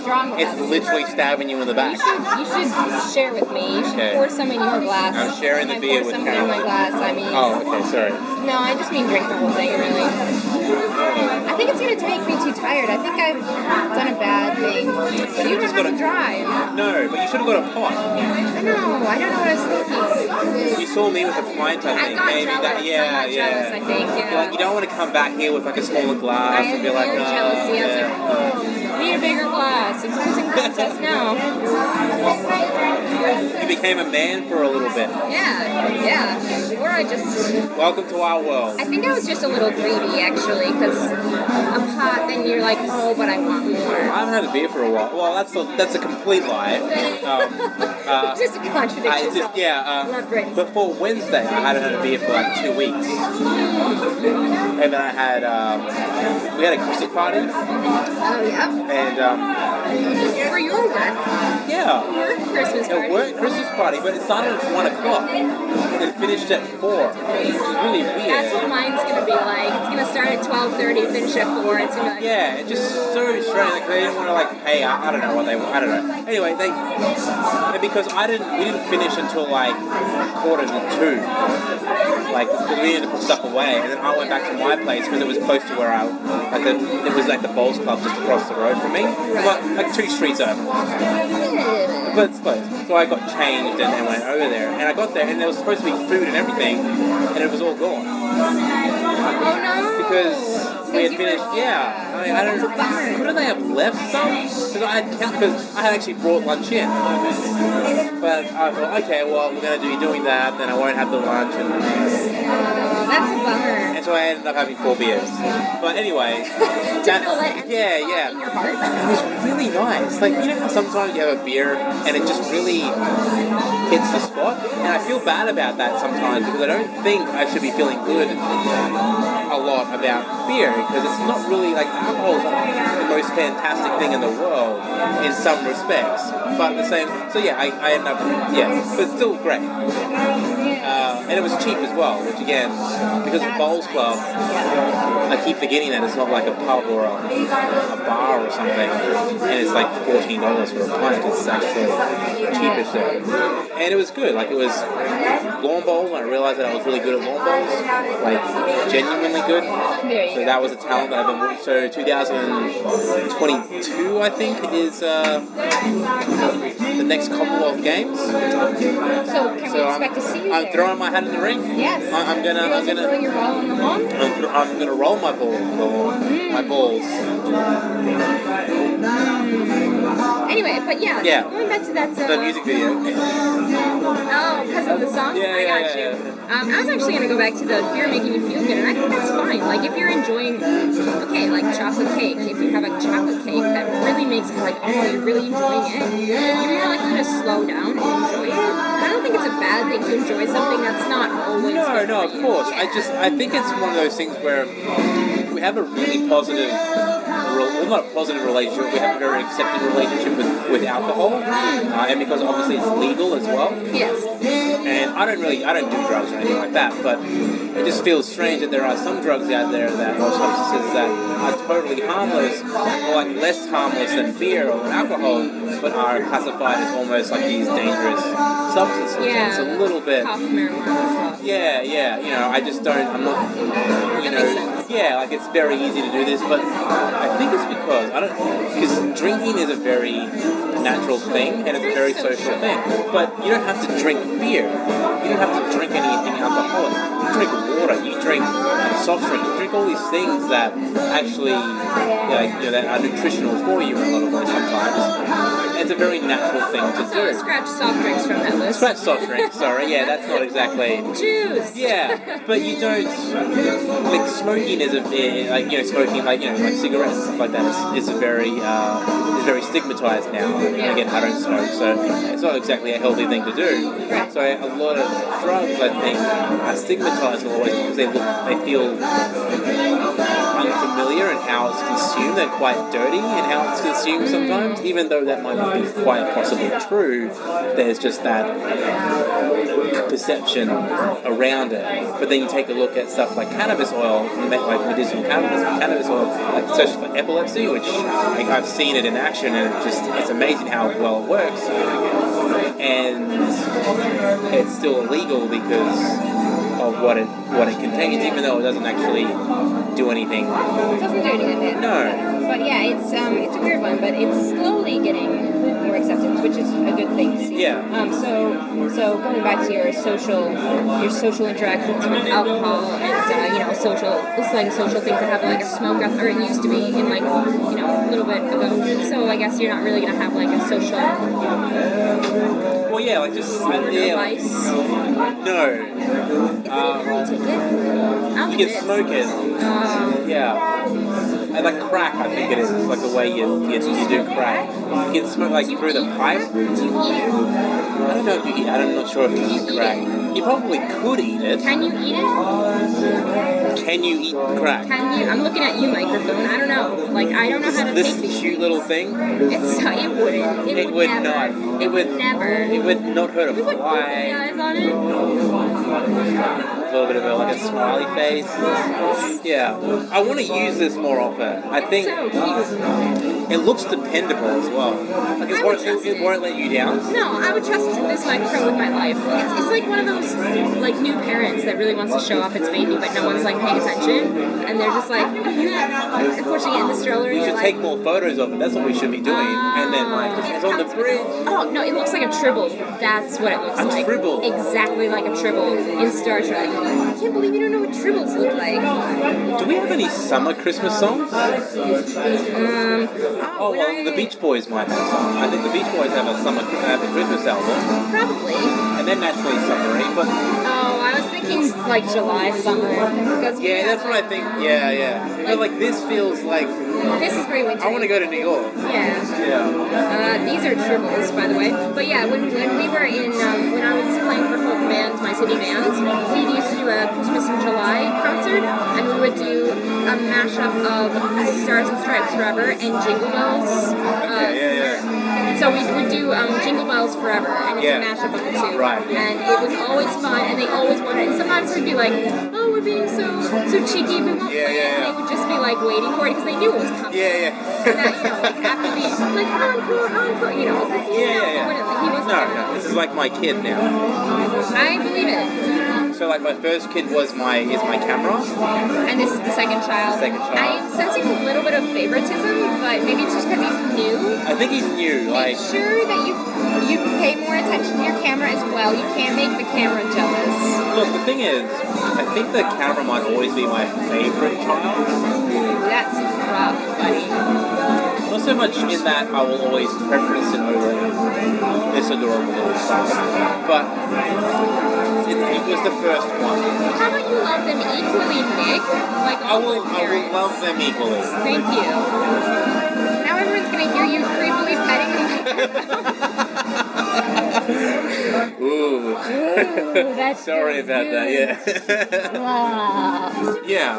Strong with
it's
us.
literally stabbing you in the
You
back.
should, you should share with me. You should
Okay.
pour some in your glass.
I'm sharing the
I
beer
pour
with
some
Carol.
in my glass. I mean,
Oh, okay, sorry.
no, I just mean drink the whole thing, really. I think it's gonna make me too tired. I think I've done a bad thing. But you
just
just gotta
gotta-
drive.
No, but you should have got a
I
pot.
know. I don't know what I was thinking.
You saw me with a pint, I
I
think.
got
Maybe
jealous.
that,
I
yeah,
got jealous. I
yeah.
think. Yeah.
You're like, you don't want to come back here with like a
I
smaller glass
had
and be like,
weird
"Oh,
jealousy.
yeah."
I was like, oh, need a bigger glass. It's
[laughs]
losing contest now.
you became a man for a little bit.
Yeah, yeah. Or I just
Welcome to our world.
I think I was just a little greedy actually, because a pot, then you're like, oh, but I want more.
I haven't had a beer for a while. Well, that's a, that's a complete lie. Um,
[laughs]
uh,
just a contradiction.
I just yeah.
Love
Uh,
drinks.
before Wednesday, I hadn't had a beer for like two weeks, and then I had um, we had a Christmas party,
Oh, yeah.
and um,
for your work,
Yeah.
your Christmas
It
party.
worked Christmas party, but it started at one o'clock and finished at four. It's really weird.
That's what mine's gonna be like. It's gonna start at twelve thirty, finish at four. It's gonna be like
Yeah, it's just so strange. Like they didn't want to like pay. I, I don't know what they. I don't know. Anyway, they and because I didn't. We didn't finish until like quarter to two. Like 'cause we needed to put stuff away, and then I went back to my place because it was close to where I like the, it was like the bowls club just across the road from me, but like two streets over. But it's close. So I got changed and then went over there, and I got there, and there was supposed to be food and everything, and it was all gone
oh no.
because we had
you
finished.
were-
Yeah, I mean, I don't. Couldn't they have left some? Because I had count because I had actually brought lunch in. But I thought, okay, well, we're going to be doing that, then I won't have the lunch, and,
Oh, that's a bummer.
and so I ended up having four beers. But anyway,
To feel that
that,
empty
yeah,
spot
yeah.
In your heart.
It was really nice. Like, you know how sometimes you have a beer and it just really hits the spot? And I feel bad about that sometimes because I don't think I should be feeling good a lot about beer because it's not really like alcohol is not the most fantastic thing in the world in some respects. But the same, so yeah, I, I end up, yeah, but it's still great. Uh, and it was cheap as well, which again, because of Bowls Club, I keep forgetting that it's not like a pub or a, a bar or something, and it's like fourteen dollars for a pint. It's actually cheapish there, and it was good. Like it was lawn bowls, and I realized that I was really good at lawn bowls, like genuinely good.
There you
So that was a talent that I've been working. So 2022, I think, is uh, the next Commonwealth Games.
So can we
So I'm,
expect to see you
I'm
there?
throwing my hat in the ring.
Yes.
I- I'm gonna.
You're
I'm
also
gonna.
throwing your ball in the lawn.
I'm, th- I'm gonna roll my ball, ball my balls.
Anyway, but yeah,
Yeah.
going back to that. Uh,
The music video.
Oh, because of the song?
Yeah,
I
yeah,
got
yeah,
you. Um, I was actually going to go back to the beer making you feel good, and I think that's fine. Like, if you're enjoying, okay, like chocolate cake, if you have a chocolate cake that really makes it like, oh, you're really enjoying it, you're more likely to slow down and enjoy it. And I don't think it's a bad thing to enjoy something that's not always.
No,
good
no,
for
of
you.
course. I
Yeah.
just I think it's one of those things where we have a really positive, re- well, not a positive relationship. We have a very accepted relationship with, with alcohol, uh, and because obviously it's legal as well.
Yes.
And I don't really, I don't do drugs or anything like that, but it just feels strange that there are some drugs out there that, or substances that are totally harmless, or like less harmless than beer or alcohol, but are classified as almost like these dangerous substances.
Yeah.
It's a little bit.
Cough marijuana. cough.
Yeah, yeah, you know, I just don't, I'm not, you
That
know,
makes sense.
yeah, like it's very easy to do this, but I think it's because, I don't, because drinking is a very natural thing and it's a very social thing, but you don't have to drink beer, you don't have to drink anything alcoholic, you drink water, you drink soft drink, you drink all these things that actually, like, you know, that are nutritional for you in a lot of ways sometimes. It's a very natural thing to
So
do.
scratch soft drinks from that list.
Scratch soft drink, sorry, yeah, that's not exactly...
[laughs] Juice. [laughs]
Yeah, but you don't like smoking is a eh, like you know smoking like you know like cigarettes and stuff like that is, is a very uh, is very stigmatized now. And again, I don't smoke, so it's not exactly a healthy thing to do. So a lot of drugs, I think, are stigmatized in a lot of ways because they look they feel unfamiliar and how it's consumed and quite dirty and how it's consumed sometimes. Even though that might not be quite possibly true, there's just that perception around it. But then you take a look at stuff like cannabis oil, and make, like medicinal cannabis, cannabis oil, like especially for epilepsy, which like I've seen it in action, and it just it's amazing how well it works. And it's still illegal because of what it what it contains, even though it doesn't actually do anything.
It doesn't do anything.
No.
But yeah, it's um, it's a weird one, but it's slowly getting more acceptance, which is a good thing to see.
Yeah.
Um, so so going back to your social your social interactions with alcohol and uh, you know social it's like social things that have like a smoke up, or it used to be in like you know a little bit ago. So I guess you're not really gonna have like a social
Well, yeah, like just yeah, like,
device.
no,
Is it even a ticket? I don't
Uh, you
think
can
it is.
smoke it.
Um,
Yeah. And like crack, I think it is. It's like the way you, you, you do crack. You can smoke like
do you
through the
eat
pipe.
Um, crack? Do you eat it?
I don't know if you eat, I'm not sure if you eat crack. you probably could eat it.
Can you eat it?
Can you eat crack?
Can you? I'm looking at you, microphone. I don't know. Like I don't know how to take
This
these.
cute little thing,
It's, it wouldn't. It,
it would
never.
not.
It
It would
never.
It would not hurt
We
a
would put the
fly.
eyes on it.
A little bit of a, like a smiley face. Yeah, I want to use this more often. I think
So cute.
it looks dependable as well. Like
I
it
would
won't,
trust
it
it.
won't let you down.
No, I would trust this microphone with my life. It's, it's like one of those like new parents that really wants to show off its baby, but no one's like paying attention, and they're just like, yeah. unfortunately, in the stroller,
We
you're
should
like,
take more photos of it. That's what we should be doing. And then like
Ah.
it's on the bridge.
Oh no, it looks like a tribble. That's what it looks
A
like.
tribble.
Exactly like a tribble in Star Trek. I can't believe you don't know what tribbles look like.
Do we have any summer Christmas songs?
Um,
Oh
when I-
well, the Beach Boys might have some. I think the Beach Boys have a summer have a Christmas album,
Probably.
and then naturally submarine. But
Oh, I was thinking like July summer. Because
yeah, that's what I think. Yeah, yeah. But like this feels like
This is very winter.
I want to go to New York.
Yeah.
Yeah.
Uh, these are tribbles, by the way. But yeah, when, when we were in, um, when I was playing for folk band, my city band, we used to do a Christmas in July concert, and we would do a mashup of Stars and Stripes Forever and Jingle Bells. Uh,
yeah, yeah.
or- So we would do um, Jingle Bells Forever, and it's
Yeah.
a mashup of the two.
Right.
And it was always fun, and they always wanted. And sometimes we'd be like, "Oh, we're being so so cheeky, we won't
Yeah,
play
yeah,
it." And
yeah.
they would just be like waiting for it because they knew it was coming
Yeah, [laughs]
that, you know, like, after being like encore, encore, you know, because you
Yeah,
know,
yeah, yeah.
whatever, he was
No, no, this is like my kid now.
I believe it.
So like my first kid was my is my camera.
And this is the second child.
Second child.
I'm sensing a little bit of favoritism, but maybe it's just because he's new.
I think he's new. Like
Make sure that you you pay more attention to your camera as well. You can't make the camera jealous.
look, the thing is, I think the camera might always be my favorite child.
That's rough, buddy.
Not so much in that I will always preference it over this adorable little stuff. But it, it was the first one.
How about you love them equally, Nick? Like
I
all
will
your
I will
parents.
love them equally.
Thank you. Now everyone's gonna hear you creepily petting
[laughs]
him.
Ooh.
that's
Sorry about that, yeah. [laughs] yeah.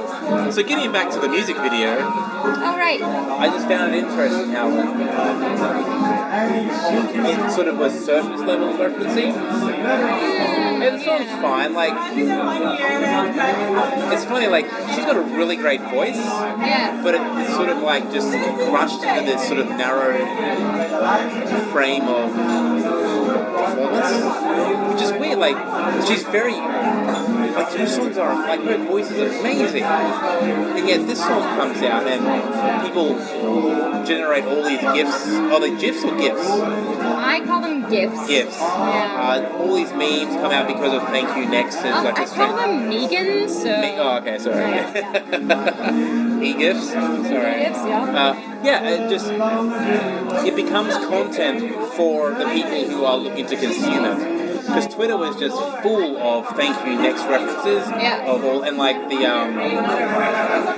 So getting back to the music video,
All right.
I just found it interesting how uh, it sort of was surface level referencing. And the song's fine. Like, it's funny. Like, she's got a really great voice,
yes.
but it, it's sort of like just crushed into this sort of narrow frame of performance, which is weird. Like, she's very. Like her songs are like her voice is amazing, and yet this song comes out and people generate all these gifs. Are they gifs or gifs?
I call them gifts.
gifts. Uh, all these memes come out because of Thank You Next and
Um,
like
I
this
call
trend.
them Megan, so
Me- oh, okay, sorry. [laughs] e gifts. Sorry.
gifts, yeah.
Uh, yeah, it just it becomes content for the people who are looking to consume it. Because Twitter was just full of thank you next references
Yeah.
of all, and like the um,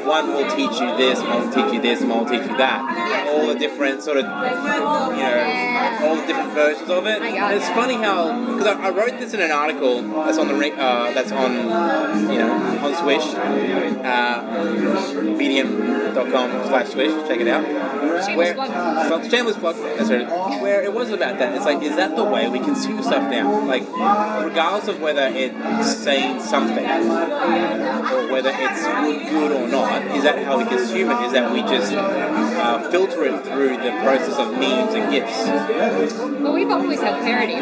one will teach you this, one will teach you this, one will teach you that. All the different sort of you know, all the different versions of it.
I got
And it's funny how because I, I wrote this in an article that's on the re- uh, that's on you know on Swish, uh, medium.com slash Swish. Check it out. where,
plug.
Well, shameless plug. That's right. Where it was about that. It's like, is that the way we consume stuff now? Like, regardless of whether it's saying something or whether it's good or not, is that how we consume it? Is that we just uh, filter it through the process of memes and gifs?
Well, we've always had parody, though.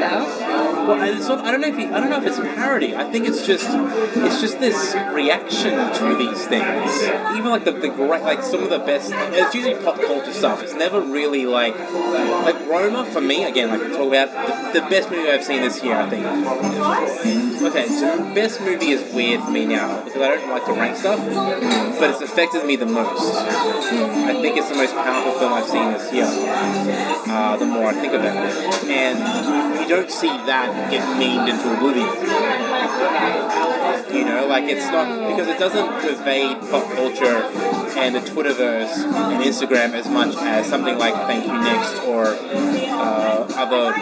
Well, and it's not, I don't know if it- I don't know if it's parody. I think it's just it's just this reaction to these things. Even like the, the great like some of the best. It's usually pop culture stuff. It's never really like like Roma for me. Again, like we talk about the, the best movie I've seen this year. I think. Okay, so best movie is weird for me now because I don't like to rank stuff, but it's affected me the most. I think it's the most powerful film I've seen this year. Uh, the more I think about it, and you don't see that get memed into oblivion. You know, like it's not because it doesn't pervade pop culture and the Twitterverse and Instagram as much as something like Thank You Next or uh, other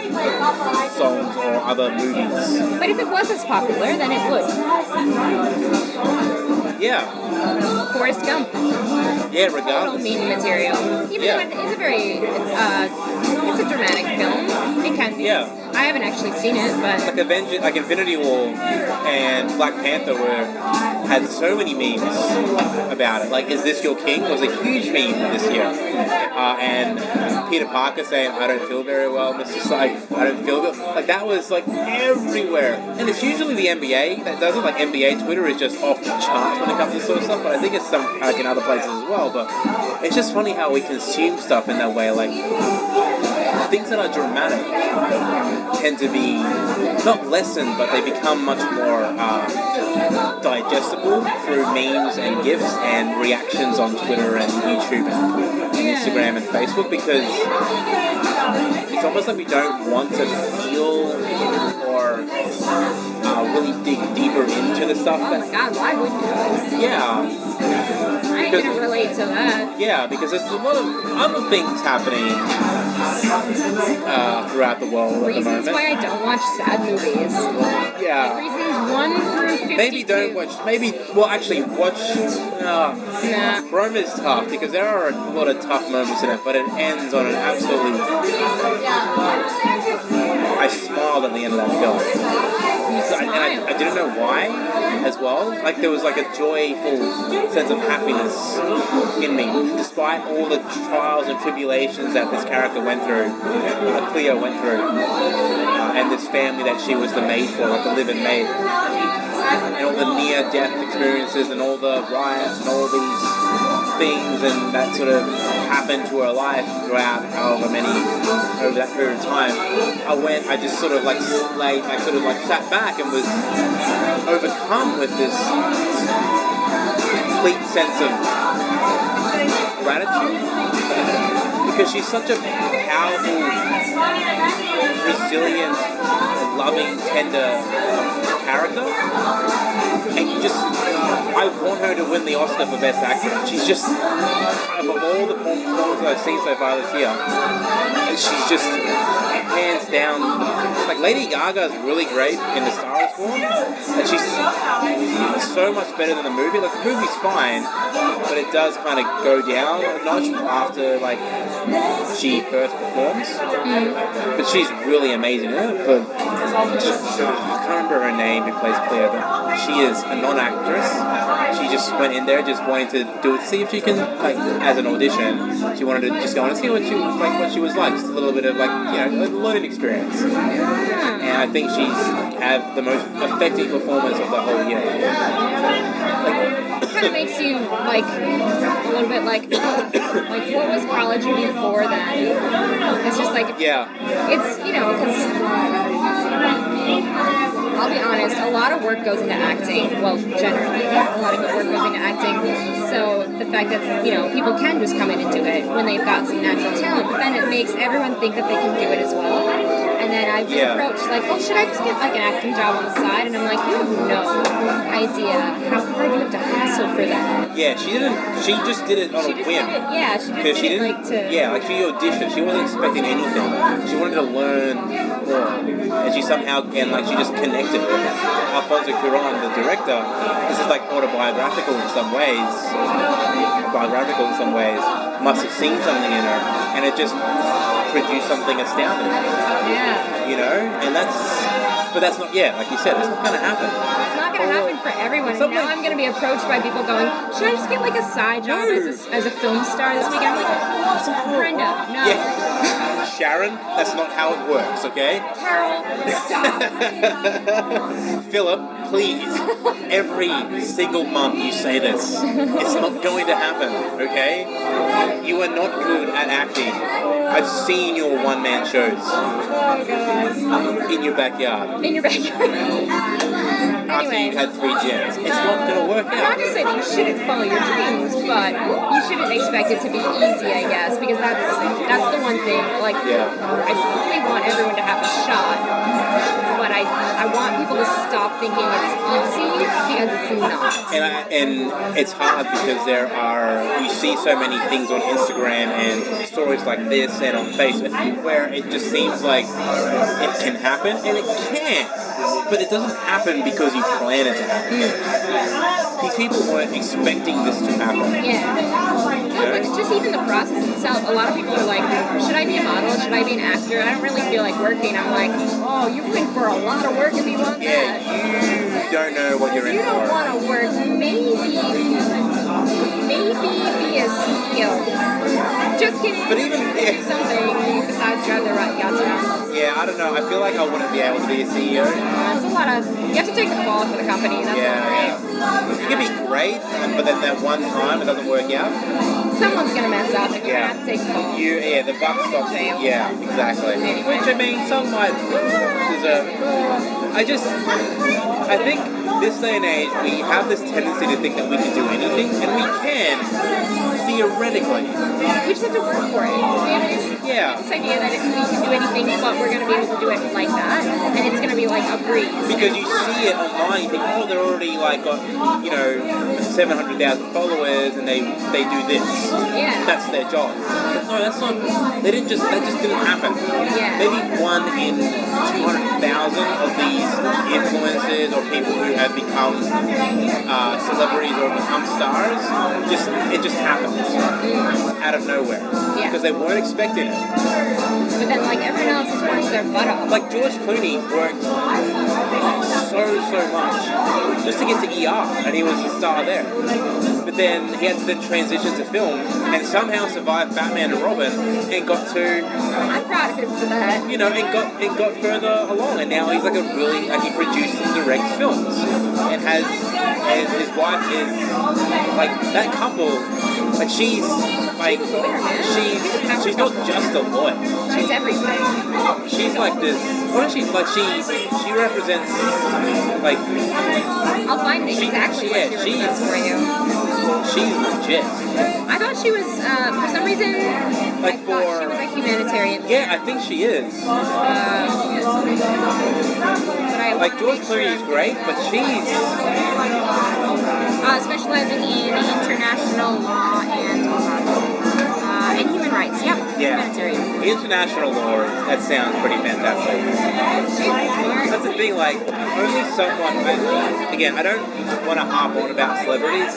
songs or other movies.
But if it was as popular, then it would.
Yeah,
Forrest Gump,
yeah,
total
regardless.
meme material. Even
Yeah.
though it is a very, uh, it's a dramatic film. It can be.
Yeah.
I haven't actually seen it, but
Like Avengers, like Infinity War and Black Panther were had so many memes about it. Like, is this your king? Was a huge meme this year. Uh, and Peter Parker saying, "I don't feel very well." Mr. Like, I don't feel good. Like that was like everywhere. And it's usually the NBA that does it. Like NBA Twitter is just off the charts when it comes to this sort of stuff. But I think it's some like in other places as well. But it's just funny how we consume stuff in that way. Like things that are dramatic tend to be not lessened, but they become much more uh, digestible through memes and gifs and reactions on Twitter and YouTube and Instagram and Facebook because it's almost like we don't want to feel or uh, really dig deeper into the stuff.
oh my
That,
god, why would you?
yeah.
I
Because-
can relate to that.
Yeah, because there's a lot of other things happening uh, throughout the world at the
Reasons
moment.
why I don't watch sad movies.
Yeah.
Reasons one through fifty.
Maybe don't watch. Maybe well, actually watch. Uh,
Nah.
Rome is tough because there are a lot of tough moments in it, but it ends on an absolutely. I smiled at the end of that film. So I, and I, I didn't know why, as well. Like there was like a joyful sense of happiness in me, despite all the trials and tribulations that this character went through, uh, Cleo went through, uh, and this family that she was the maid for, like the live-in maid and all the near-death experiences and all the riots and all these things and that sort of happened to her life throughout however many over that period of time. I went, I just sort of like laid, I sort of like sat back and was overcome with this complete sense of gratitude because she's such a powerful, resilient, loving, tender character and you just I want her to win the Oscar for Best Actress. She's just out of all the performances I've seen so far this year, and she's just hands down like Lady Gaga's really great in the Star Wars form, and she's so much better than the movie. Like the movie's fine, but it does kind of go down a notch after like she first performs. But she's really amazing in it. But I can't remember her name who plays Claire, but she is a non-actress. She just went in there just wanting to do it, see if she can like as an audition. She wanted to just go and see what she was like, what she was like, just a little bit of like you know a learning experience. And I think she's had the most effective performance of the whole year.
kind of makes you like a little bit like [coughs] like what was college before that? It's just like
Yeah,
it's you know because I'll be honest, a lot of work goes into acting. Well, generally, a lot of good work goes into acting. So the fact that you know people can just come in and do it when they've got some natural talent, but then it makes everyone think that they can do it as well. And then I've been
Yeah.
approached like, well, should I just get like an acting job on the side? And I'm like, you have no idea how hard you have to hustle for that.
yeah. She didn't. She just did it on
She
a
just
whim.
did it, yeah. She just
Because
did
she
it
didn't,
like to.
yeah, like she auditioned. She wasn't expecting anything. She wanted to learn more, and she somehow and like she just connected with Alfonso Cuarón, the director. This is like autobiographical in some ways, biographical in some ways. Must have seen something in her, and it just produced something astounding
yeah.
you know, and that's, but that's not, yeah, like you said, it's not going to happen.
It's not gonna happen for everyone. And
Something-
now I'm gonna be approached by people going, "Should I just get like a side job
No.
as, a, as a film star this weekend?" I'm like, Brenda, no,
Yeah. [laughs] Sharon, that's not how it works, okay?
Carol,
[laughs]
stop.
Philip, please, every single month you say this. It's not going to happen, okay? You are not good at acting. I've seen your one man shows
Oh,
in your backyard
In your backyard.
after
Anyway.
you've had three gyms. It's not going to work
[laughs] I'm not
out.
to say that you shouldn't follow your dreams, but you shouldn't expect it to be easy, I guess, because that's that's the one something like
Yeah.
I fully want everyone to have a shot, but I I want people to stop thinking it's easy because it's not.
And, I, and it's hard because there are you see so many things on Instagram and stories like this and on Facebook where it just seems like it can happen and it can, but it doesn't happen because you plan it to happen. These people weren't expecting this to happen.
Yeah. No, but just even the process itself, a lot of people are like, should I be a model? Should I be an actor? I don't really feel like working. I'm like, oh, you're in for a lot of work if you want that.
Yeah, you don't know what you're in
you don't
for.
want to work, maybe, maybe be a CEO. Just kidding.
But even-
do something besides drive the right yachts around.
Yeah, I don't know. I feel like I wouldn't be able to be a E CEO.
That's a lot of. You have to take the fall for the company. That's not
Yeah,
right.
yeah. It could be great, but then that one time it doesn't work out.
Someone's gonna mess up. and You're gonna
Yeah.
have to take the fall.
You, yeah, the buck stops. Yeah, exactly. Which I mean, some might deserve. it. I just, I think this day and age, we have this tendency to think that we can do anything, and we can theoretically.
You just have to work for it. It's
Yeah,
this idea that if we can do anything, but we're gonna be able to do it like that, and it's gonna be like a breeze.
because you see it online, you think, oh, they're already like got you know seven hundred thousand followers, and they they do this.
Yeah.
That's their job. No, that's not. They didn't just. That just didn't happen.
Yeah.
maybe one in 200,000 of these influencers or people who have become uh, celebrities or become stars, just it just happens out of nowhere
Yeah.
because they weren't expecting it.
But then like everyone else has worked their butt off.
Like George Clooney worked so so much just to get to ER, and he was the star there. But then he had to then transition to film, and somehow survived Batman and Robin, and got to
I'm proud of him for that.
you know, and got and got further along, and now he's like a really like he produces and directs films, and has and his wife is like that couple, like she's like she's she's not just a lawyer,
She's everything.
she's like this. What is she like? She she represents like
I'll find
She-
exactly
yeah,
what she
she
represents
is-
for you.
she's legit.
I thought she was, uh, for some reason, I
Like
thought she
for-
was a humanitarian.
Yeah, I think she is.
Uh, but I
Like
wanna
George
make sure
Clooney is
I'm-
great, but she's
Uh, specializing in international law and uh, and human rights. Yep.
Yeah.
Humanitarian.
international law. is- That sounds pretty fantastic.
She's smart.
That's the thing, like, only someone, I, again, I don't want to harp on about celebrities,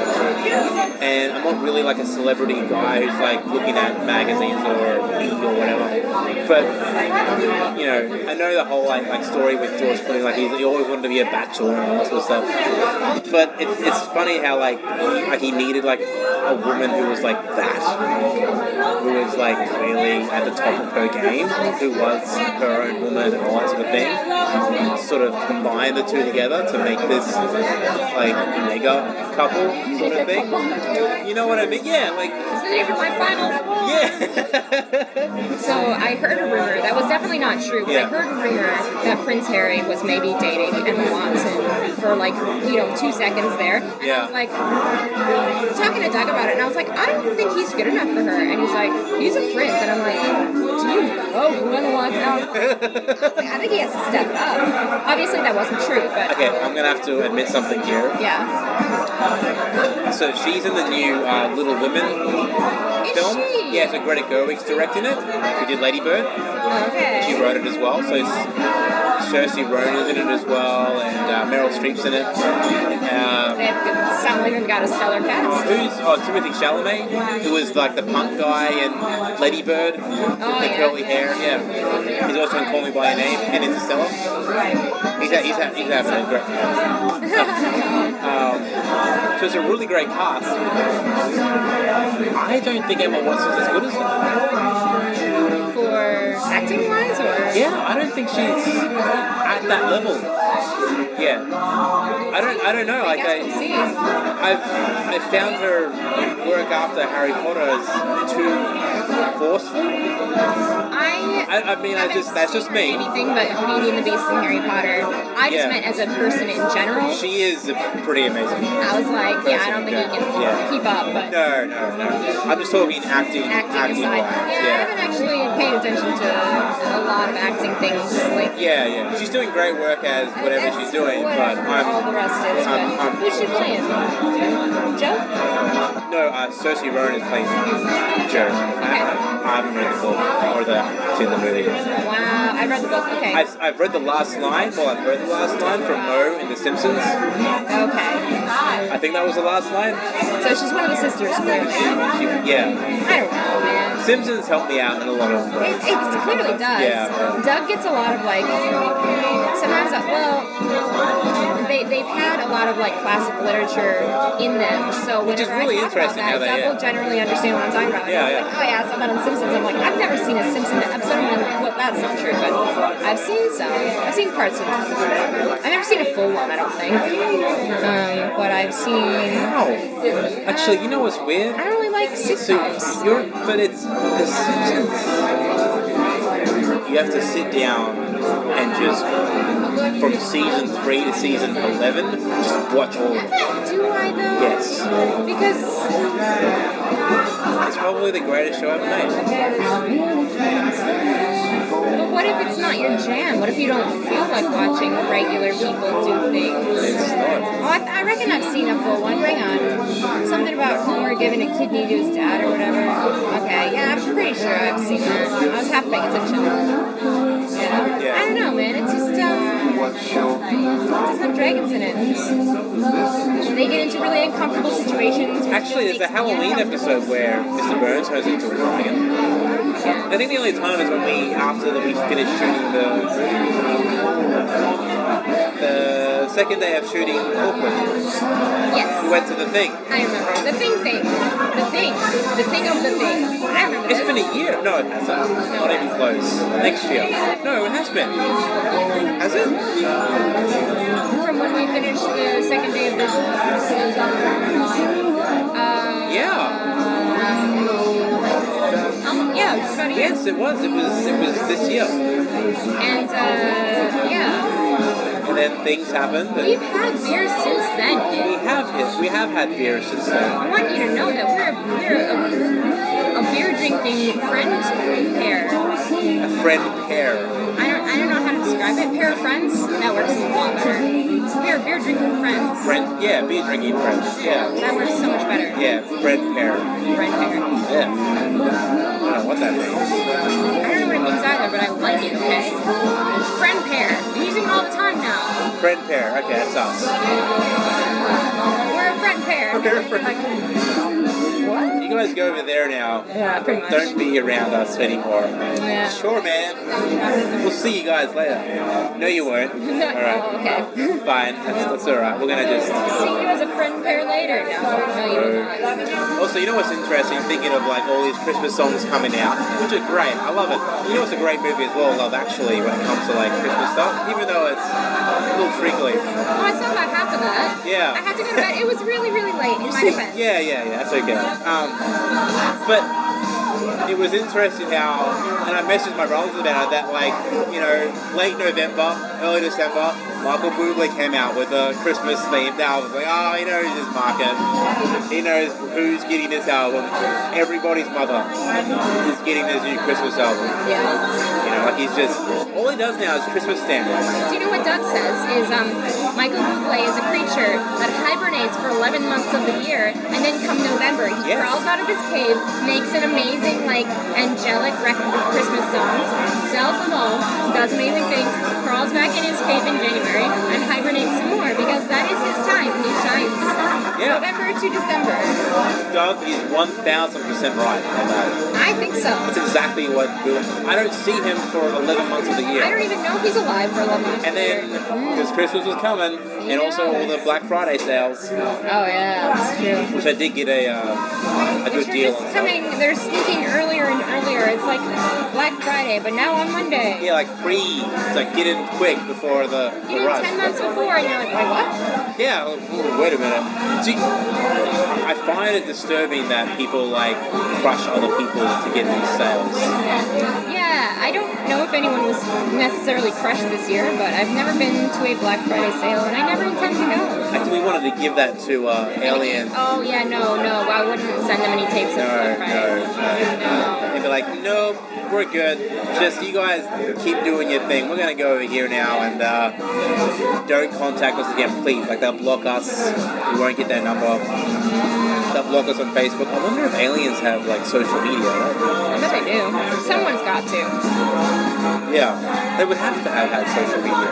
and I'm not really like a celebrity guy who's like looking at magazines or media or whatever, but, you know, I know the whole like, like story with George Clooney, like, he's, he always wanted to be a bachelor and all that sort of stuff, but it's, it's funny how, like, like, he needed, like, a woman who was like that, who was, like, clearly at the top of her game, who was her own woman and all that sort of thing sort of combine the two together to make this like mega couple sort of thing. You know what I mean? Yeah, like
It's the name of my final four.
yeah. [laughs]
So I heard a rumor that was definitely not true, but I
Yeah.
heard a rumor that Prince Harry was maybe dating Emma Watson for like you know two seconds there. And I
Yeah.
was like talking to Doug about it, and I was like, I don't think he's good enough for her. And he's like, he's a prince, and I'm like, do you know who Emma Watson? is?" I was like, I think he has to step up. Obviously, that wasn't true, but
okay, I'm gonna have to admit something here.
yeah.
So she's in the new uh, Little Women
Is
film.
she?
Yeah, so Greta Gerwig's directing it. Who did Lady Bird? She
Okay.
wrote it as well. So it's Saoirse Ronan's in it as well, and uh, Meryl Streep's in it. Um,
They have good- sound like they've got a stellar cast.
Who's oh Timothy Chalamet, who was like the punk guy in Lady Bird,
Oh,
the
yeah.
curly hair. Yeah, he's also in Call Me by Your Name and Interstellar. He's ha- he's ha- he's having a great.
[laughs]
um, so it's a really great cast. I don't think Emma Watson's as good as them.
For acting wise, or
Yeah, I don't think she's at that level. Yeah, I don't I don't know.
I
Like
guess
I.
we'll see.
I've I found her work after Harry Potter is too forceful.
I,
I- I mean, I
haven't
just- that's just
seen her in
me.
Anything but Beauty and the Beast and Harry Potter. I just
Yeah.
meant as a person in general.
She is pretty amazing.
I was like, yeah, I don't think he
Person,
can
yeah.
keep up, but
No, no, no. I'm just talking acting,
acting aside,
wise.
yeah, I haven't
Yeah.
attention to a lot of acting things. Like
Yeah, yeah. She's doing great work as whatever
that's
she's doing,
what
but
all the
I'm
rest is.
I'm-
but
I'm-
who's she playing? Joe?
no. Uh, Cersei Ronan is playing Joe. I, I haven't read the book or the seen the movie.
Wow, I read the book. Okay.
I've, I've read the last line. Well, I've read the last line from Mo in The Simpsons.
okay.
I think that was the last line.
So she's one of the sisters, clearly.
She- yeah.
I don't know, man.
Simpsons helped me out in a lot of
It,
ways.
it clearly does.
Yeah.
Doug gets a lot of like sometimes uh, well they they've had a lot of like classic literature in them. So
Which is
whenever
really
I talk about
interesting how
that,
they-
Doug
yeah.
will generally understand what I'm talking about.
Yeah,
He's
yeah.
Like, oh yeah, something on Simpsons. I'm like, I've never seen a Simpsons episode. And I'm like, well, that's not true, but I've seen some. I've seen parts of. I've never seen a full one. I don't think. Um, but I've seen. uh,
Wow. Actually, you know what's weird?
I don't really like sitcoms.
So you're, but it's the Simpsons. You have to sit down and just from season three to season eleven, just watch all. of it.
Do I though?
Yes,
Because
it's probably the greatest show ever made.
But what if it's not your jam? What if you don't feel like watching regular people do things?
It's not.
Oh, I, I reckon I've seen a full one. Hang on. Something about Homer giving a kidney to his dad or whatever. Okay, yeah, I'm pretty sure I've seen that. I was half paying attention. Yeah.
Yeah.
I don't know, man. It's just, um, there's no dragons in it. They get into really uncomfortable situations. which
Actually,
just
there's a
makes me
Halloween episode where Mr. Burns turns into a dragon.
uncomfortable.
I think the only time is when we, after that, we finish shooting the the second day of shooting Auckland.
Yes.
We went to the thing.
I remember. The thing thing. The thing. The thing of the thing. I remember
It's
this.
been a year. No, it hasn't. Not even close. Next year. No, it has been. Has it?
From when we finished the second day of the uh,
Yeah.
um, yeah, it was about a year.
Yes, it was. It was. It was this year.
And uh, yeah,
And then things happened.
we've
And
had beer since then.
we
Kid.
have hit. We have had beer since then.
I want you to know that we're we're a, a beer drinking friend pair.
A friend pair.
I don't I don't know how to describe it. Pair of friends that works a lot better. We're beer drinking friends.
Friend. Yeah, beer drinking friends. Yeah.
That works so much better.
Yeah, friend pair.
Friend pair.
Yeah. I don't know what that means.
I don't know what it means either, but I like it, okay? Friend pair. I'm using it all the time now.
Friend pair. Okay, that's us.
We're a friend pair.
We're a friend-
What?
You guys go over there now.
Yeah, pretty much.
Don't be around us anymore.
Yeah.
Sure, man. We'll see you guys later. No, you won't.
[laughs] No,
All right.
Oh, okay.
Fine, that's, that's all right. We're gonna just.
See you as a friend pair later. No, no, you will not.
Also, you know what's interesting? Thinking of like all these Christmas songs coming out, which are great. I love it. You know what's a great movie as well? Love Actually, when it comes to like Christmas stuff, even though it's a little
Oh,
freakly.
I saw about half of that.
Yeah.
I had to go to bed. It was really, really late in my defense.
Yeah, yeah, yeah. That's okay. Um, but it was interesting how, and I messaged my brothers about it. That like, you know, late November, early December, Michael Bublé came out with a Christmas theme. Now I was like, oh, he knows his market. He knows who's getting this album. Everybody's mother is getting this new Christmas album.
Yeah.
You know, like he's just all he does now is Christmas standards.
Do you know what Doug says? Is um, Michael Bublé is a creature that hibernates for 11 months of the year, and then come November, he
Yes.
crawls out of his cave, makes an amazing like angelic record of Christmas songs, sells them all, does amazing things, crawls back in his cave in January, and hibernates some more because that is his time. He shines.
Yeah.
November to December.
Doug is one thousand percent right on that.
I think so.
That's exactly what Bill. I don't see him for 11 months of the
I don't
year.
even know if he's alive for 11 months. of the
And then,
year.
because Christmas was coming, and also all the Black Friday sales,
Oh yeah, that's true.
which I did get a, uh, a
But
good
you're
deal
just
on.
coming, they're sneaking earlier and earlier. It's like Black Friday, but now on Monday.
Yeah, like pre, it's like get in quick before the,
You
the
know, 10
rush.
months before, and you're like, wait, what?
Yeah, oh, oh, wait a minute. Do you- I find it disturbing that people like crush other people to get these sales.
Yeah, I don't know if anyone was necessarily crushed this year, but I've never been to a Black Friday sale, and I never intend to go.
Actually, we wanted to give that to uh, Alien.
Oh, yeah, no, no, I wouldn't send them any tapes of
No,
Black Friday.
no.
No.
It and be like, nope, we're good. Just you guys keep doing your thing. We're gonna go over here now and uh, don't contact us again, please. Like they'll block us. We won't get their number. They'll block us on Facebook. I wonder if aliens have like social media. Right?
I bet they do. Someone's got to.
Yeah, they would have to have had social media.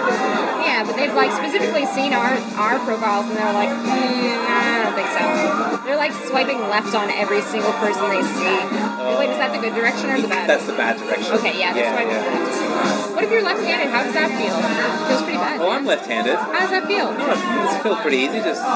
Yeah, but they've like specifically seen our our profiles and they're like, mm, I don't think so. They're like swiping left on every single person they see. They're like, is that the good direction or the bad?
That's the bad direction.
okay, yeah, that's
yeah,
swiping
yeah.
left. What if you're left-handed? How does that feel? It feels pretty bad.
Well, Oh, I'm left-handed.
How does that feel?
Oh, it feels pretty easy. Just
I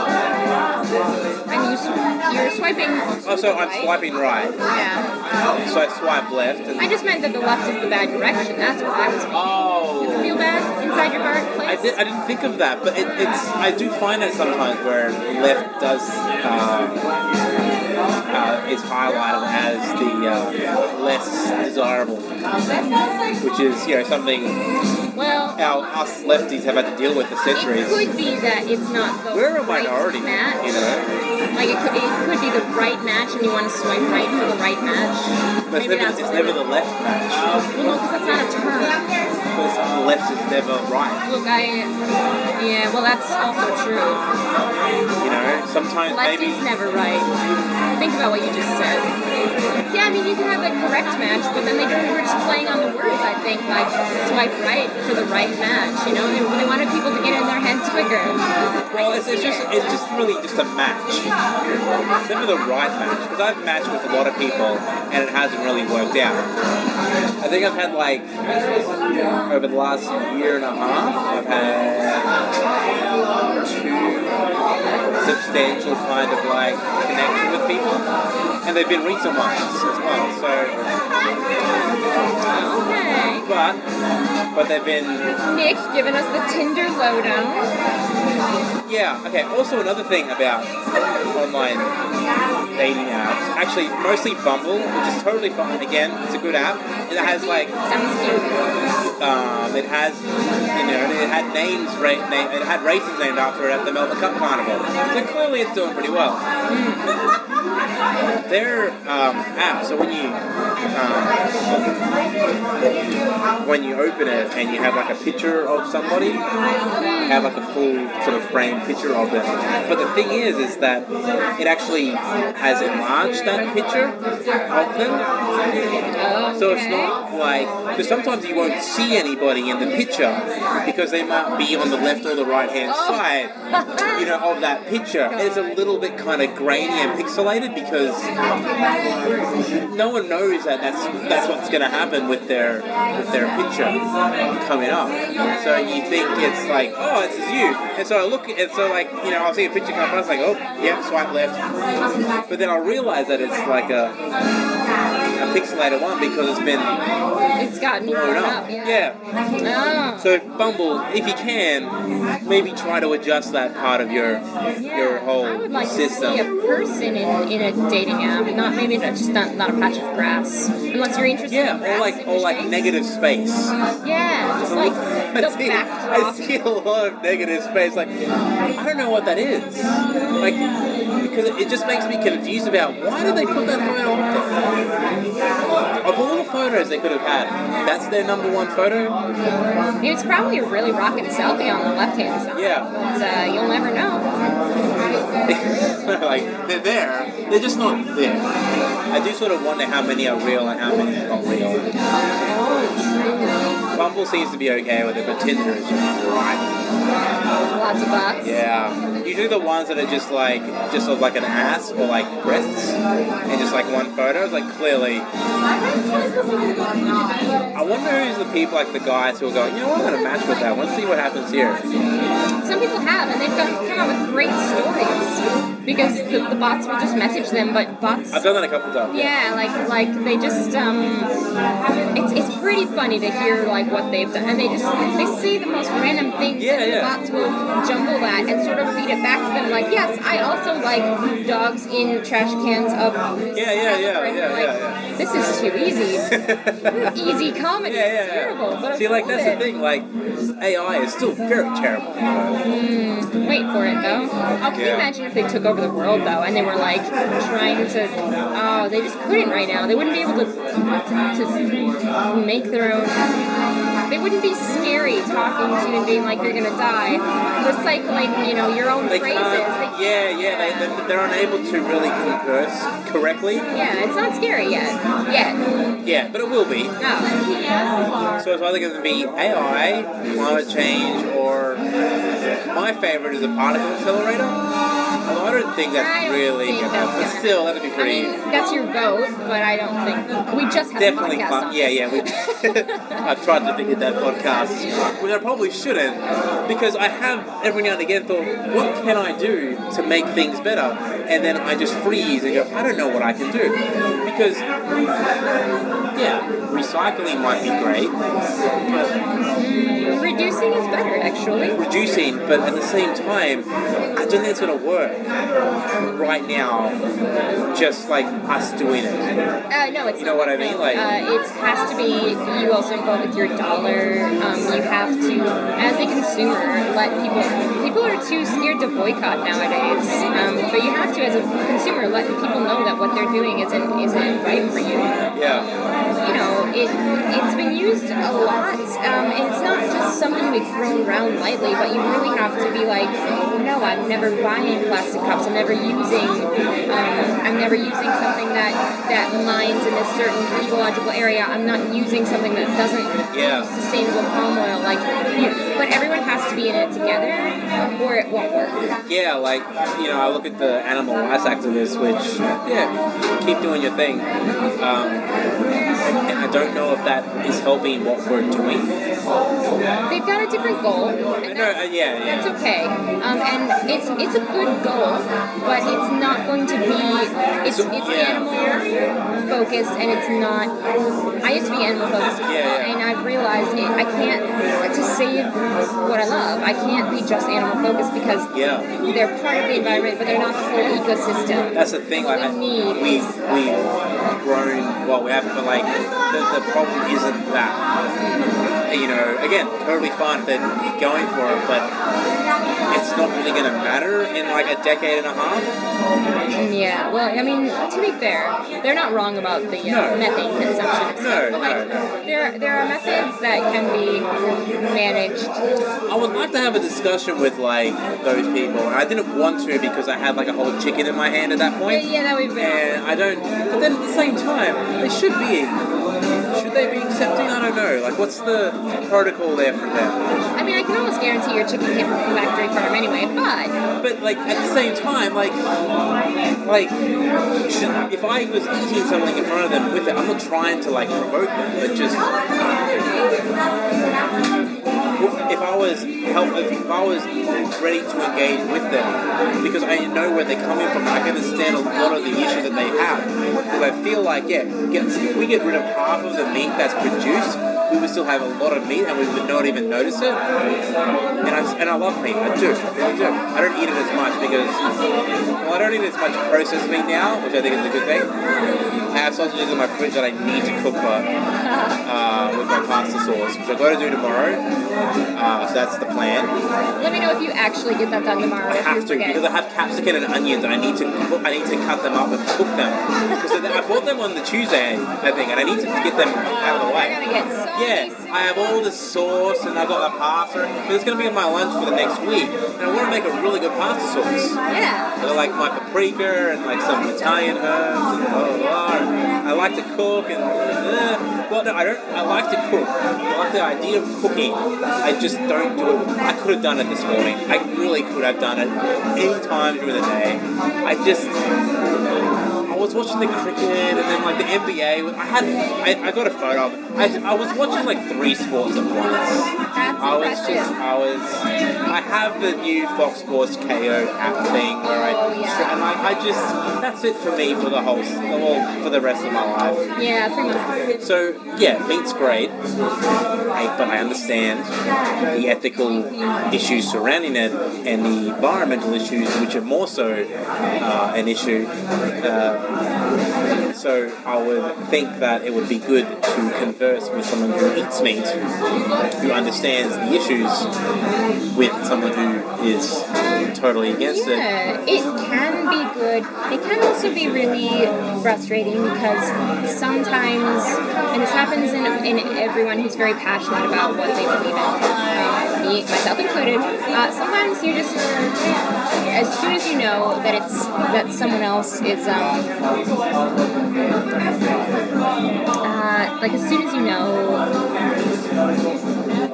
mean, you sw- you're swiping.
oh, so I'm
right?
swiping right,
Yeah.
so I swipe left, and
I just meant that the left is the bad direction. That's what I was. Does it
oh,
feel bad inside your heart?
I,
Place?
did, I didn't think of that, but it, it's I do find that sometimes where left does um, uh, is highlighted as the uh, less desirable, which is you know something
Well,
our us lefties have had to deal with for
it
centuries.
could be that it's not the
We're a
right
minority, you
match.
know,
Like it could, it could be the right match, and you want to swipe right for the right match.
but it's
Maybe
never,
that's
it's
what
never
it
the left match.
is. Well, no, because that's not a term.
Because the left is never right.
Look, I. Yeah, well, that's also true.
You know, sometimes
Left
maybe.
is never right. Think about what you just said. Yeah, I mean, you can have the correct match, but then they just, were just playing on the words, I think, like swipe right for the right match. You know, they, they wanted people to get in their heads quicker.
Well, it's, it's just it's just really just a match. It's never the right match because I've matched with a lot of people and it hasn't really worked out. I think I've had like over the last year and a half, I've had two substantial kind of like connections with people, and they've been recent ones as well. So,
Okay.
but but they've been
Nick giving us the Tinder lowdown.
Yeah, okay. Also, another thing about online dating apps, actually, mostly Bumble, which is totally fine. Again, it's a good app. And it has like,
Sounds cute.
um, it has, you know, it had names, ra- na- it had races named after it at the Melbourne Cup Carnival. So clearly it's doing pretty well. Their um, app, so when you, um, when you open it and you have like a picture of somebody, have like a full sort of frame picture of it. But the thing is, is that it actually has enlarged that picture of them. So it's not like because sometimes you won't see anybody in the picture because they might be on the left or the right hand
Oh. [laughs]
side, you know, of that picture. And it's a little bit kind of grainy and pixelated because no one knows that that's that's what's going to happen with their with their picture coming up. So you think it's like, oh, this is you. And so I look, and so like you know, I'll see a picture come up, and I was like, oh, yeah, swipe left. But then I'll realize that it's like a a pixelated one because it's been
It's gotten
blown
blown
up.
up.
Yeah.
Oh.
So Bumble, if you can, maybe try to adjust that part of your your whole
I would like to
system.
see a person in, in a dating app, not maybe not just not, not a patch of grass, unless you're interested. in
yeah,
grass
or like
in
or
your
like
space.
negative space.
Yeah, just like
[laughs] I
the
see, I
backdrop.
see a lot of negative space. Like, I don't know what that is. Like, because it just makes me confused about why did they put that photo up there? Of all the photos they could have had, that's their number one photo.
It's probably a really rocking selfie on the left hand side.
Yeah.
But, uh, you'll never know.
[laughs] like, they're there. They're just not there. I do sort of wonder how many are real and how many are not real.
Oh,
Bumble seems to be okay with it, but Tinder is just right.
true. Lots of bucks.
Yeah. Usually the ones that are just like just of like an ass or like breasts and just like one photo is like clearly I wonder who's the people like the guys who are going, you know what, I'm gonna match with that. Let's see what happens here.
Some people have, and they've come, come out with great stories because the, the bots will just message them, but bots.
I've done that a couple times.
Yeah, like like they just um, it's it's pretty really funny to hear like what they've done, and they just they say the most random things,
Yeah,
and the
yeah.
bots will jumble that and sort of feed it back to them. Like, yes, I also like dogs in trash cans of
Yeah, yeah, yeah,
caliber," and
yeah,
they're like,
yeah, yeah.
This is too
[laughs]
easy. easy comedy,
Yeah, yeah,
it's
yeah.
terrible. But
See,
I
like
love
that's
it.
the thing. Like AI is still very terrible.
Wait for it though. Oh, can you
Yeah.
imagine if they took over the world though, and they were like trying to? Oh, they just couldn't right now. They wouldn't be able to to make their own. They wouldn't be scary talking to you and being like you're gonna die, recycling you know your own
They
phrases.
can't.
They-
uh, Yeah, yeah. They, they- they're unable to really converse correctly.
yeah, it's not scary yet. Yet.
Yeah, but it will be.
No.
So it's either going to be AI, climate change, or my favorite is a particle accelerator. Although I don't think that's
I don't
really
think
going to
that's
happen.
gonna
Still, that'd
I
be pretty.
mean, that's your vote, but I don't think we just have
[laughs] Definitely,
a podcast
cli-
on
yeah,
this.
yeah. We, [laughs] I've tried to figure that podcast, which I probably shouldn't, because I have every now and again thought, what can I do to make things better? And then I just freeze and go, I don't know what I can do, because yeah, recycling might be great, but
Reducing is better, actually.
reducing, but at the same time, I don't think it's going to work right now. Just like us doing it,
Uh, no, it's
You know what I mean? Like-
uh, it has to be. You also involve with your dollar. Um, you have to, as a consumer, let people. People are too scared to boycott nowadays. Um, but you have to, as a consumer, let people know that what they're doing isn't isn't right for you
yeah.
you know, it, it's been used a lot. Um, and it's not just something we throw around lightly, but you really have to be like, no, I'm never buying plastic cups. I'm never using, um, I'm never using something that that mines in a certain ecological area. I'm not using something that doesn't
Yeah.
use sustainable palm oil. Like, you, but everyone has to be in it together, or it won't work.
Yeah, like you know, I look at the animal rights activists, which yeah, keep doing your thing. Um, and I don't know if that is helping what we're doing.
They've got a different goal. and
No,
that's-
uh, yeah, yeah.
That's okay, um, and it's it's a good goal, but it's not going to be it's
So-
it's
yeah.
animal focused, and it's not. I used to be animal focused,
Yeah, yeah.
and I've realized it, I can't to save what I love. I can't be just animal focused because
Yeah.
they're part of the environment, but they're not the whole ecosystem.
That's the thing. Like I, we we've grown. Well, we haven't, but like the, the problem isn't that. You know, again, totally fine if they're going for it, but it's not really going to matter in like a decade and a half.
Yeah, well, I mean, to be fair, they're not wrong about the uh,
No.
methane consumption. and stuff,
No,
but like,
no,
there there are methods that can be managed.
I would like to have a discussion with like those people. and I didn't want to because I had like a whole chicken in my hand at that
Yeah,
point.
yeah, that would be.
And I don't. But then at the same time, they should be. Should they be accepting? I don't know. Like, what's the protocol there from them?
I mean, I can almost guarantee your chicken came from a factory farm anyway, but
But like at the same time, like, like, should, if I was eating something in front of them with it, I'm not trying to like promote them, but just if I was help, if I was ready to engage with them, because I know where they're coming from, I can understand a lot of the issue that they have. Because I feel like, yeah, get, if we get rid of half of the meat that's produced, we would still have a lot of meat, and we would not even notice it. And I and I love meat. I do. I do. I don't eat it as much because well, I don't eat as much processed meat now, which I think is a good thing. I have sausages in my fridge that I need to cook, but uh, with my pasta sauce, which I've got to do tomorrow. Uh, so that's the plan.
let me know if you actually get that done tomorrow.
I
if you
have to
forget.
because I have capsicum and onions, and I need to cook, I need to cut them up and cook them. Because I bought them on the Tuesday, I think, and I need to get them out of the
You're
way.
gonna get so
Yeah,
many-
I have all the sauce and I've got the pasta. But it's going to be my lunch for the next week, and I want to make a really good pasta sauce.
Yeah.
I like my paprika and like some Italian herbs and blah blah blah. And I like to cook and uh, well, no, I don't. I like to cook. I like the idea of cooking. I just don't do it. I could have done it this morning. I really could have done it any time during the day. I just I was watching the cricket and then like the NBA. I had I, I got a photo. of it. I, I was watching like three sports at once.
That's
I was
impressive.
just I was I have the new Fox Sports KO app thing where I
Oh, yeah.
and I, I just that's it for me for the whole well, for the rest of my life.
yeah, pretty much.
So yeah, meat's great, I, but I understand the ethical issues surrounding it and the environmental issues, which are more so uh, an issue. Uh, so I would think that it would be good to converse with someone who eats meat, who understands the issues, with someone who is totally against it.
Yeah, it can be good. It can also be really frustrating because sometimes, and this happens in, in everyone who's very passionate about what they believe in, um, me, myself included, uh, sometimes you just, as soon as you know that it's that someone else is um, uh, like as soon as you know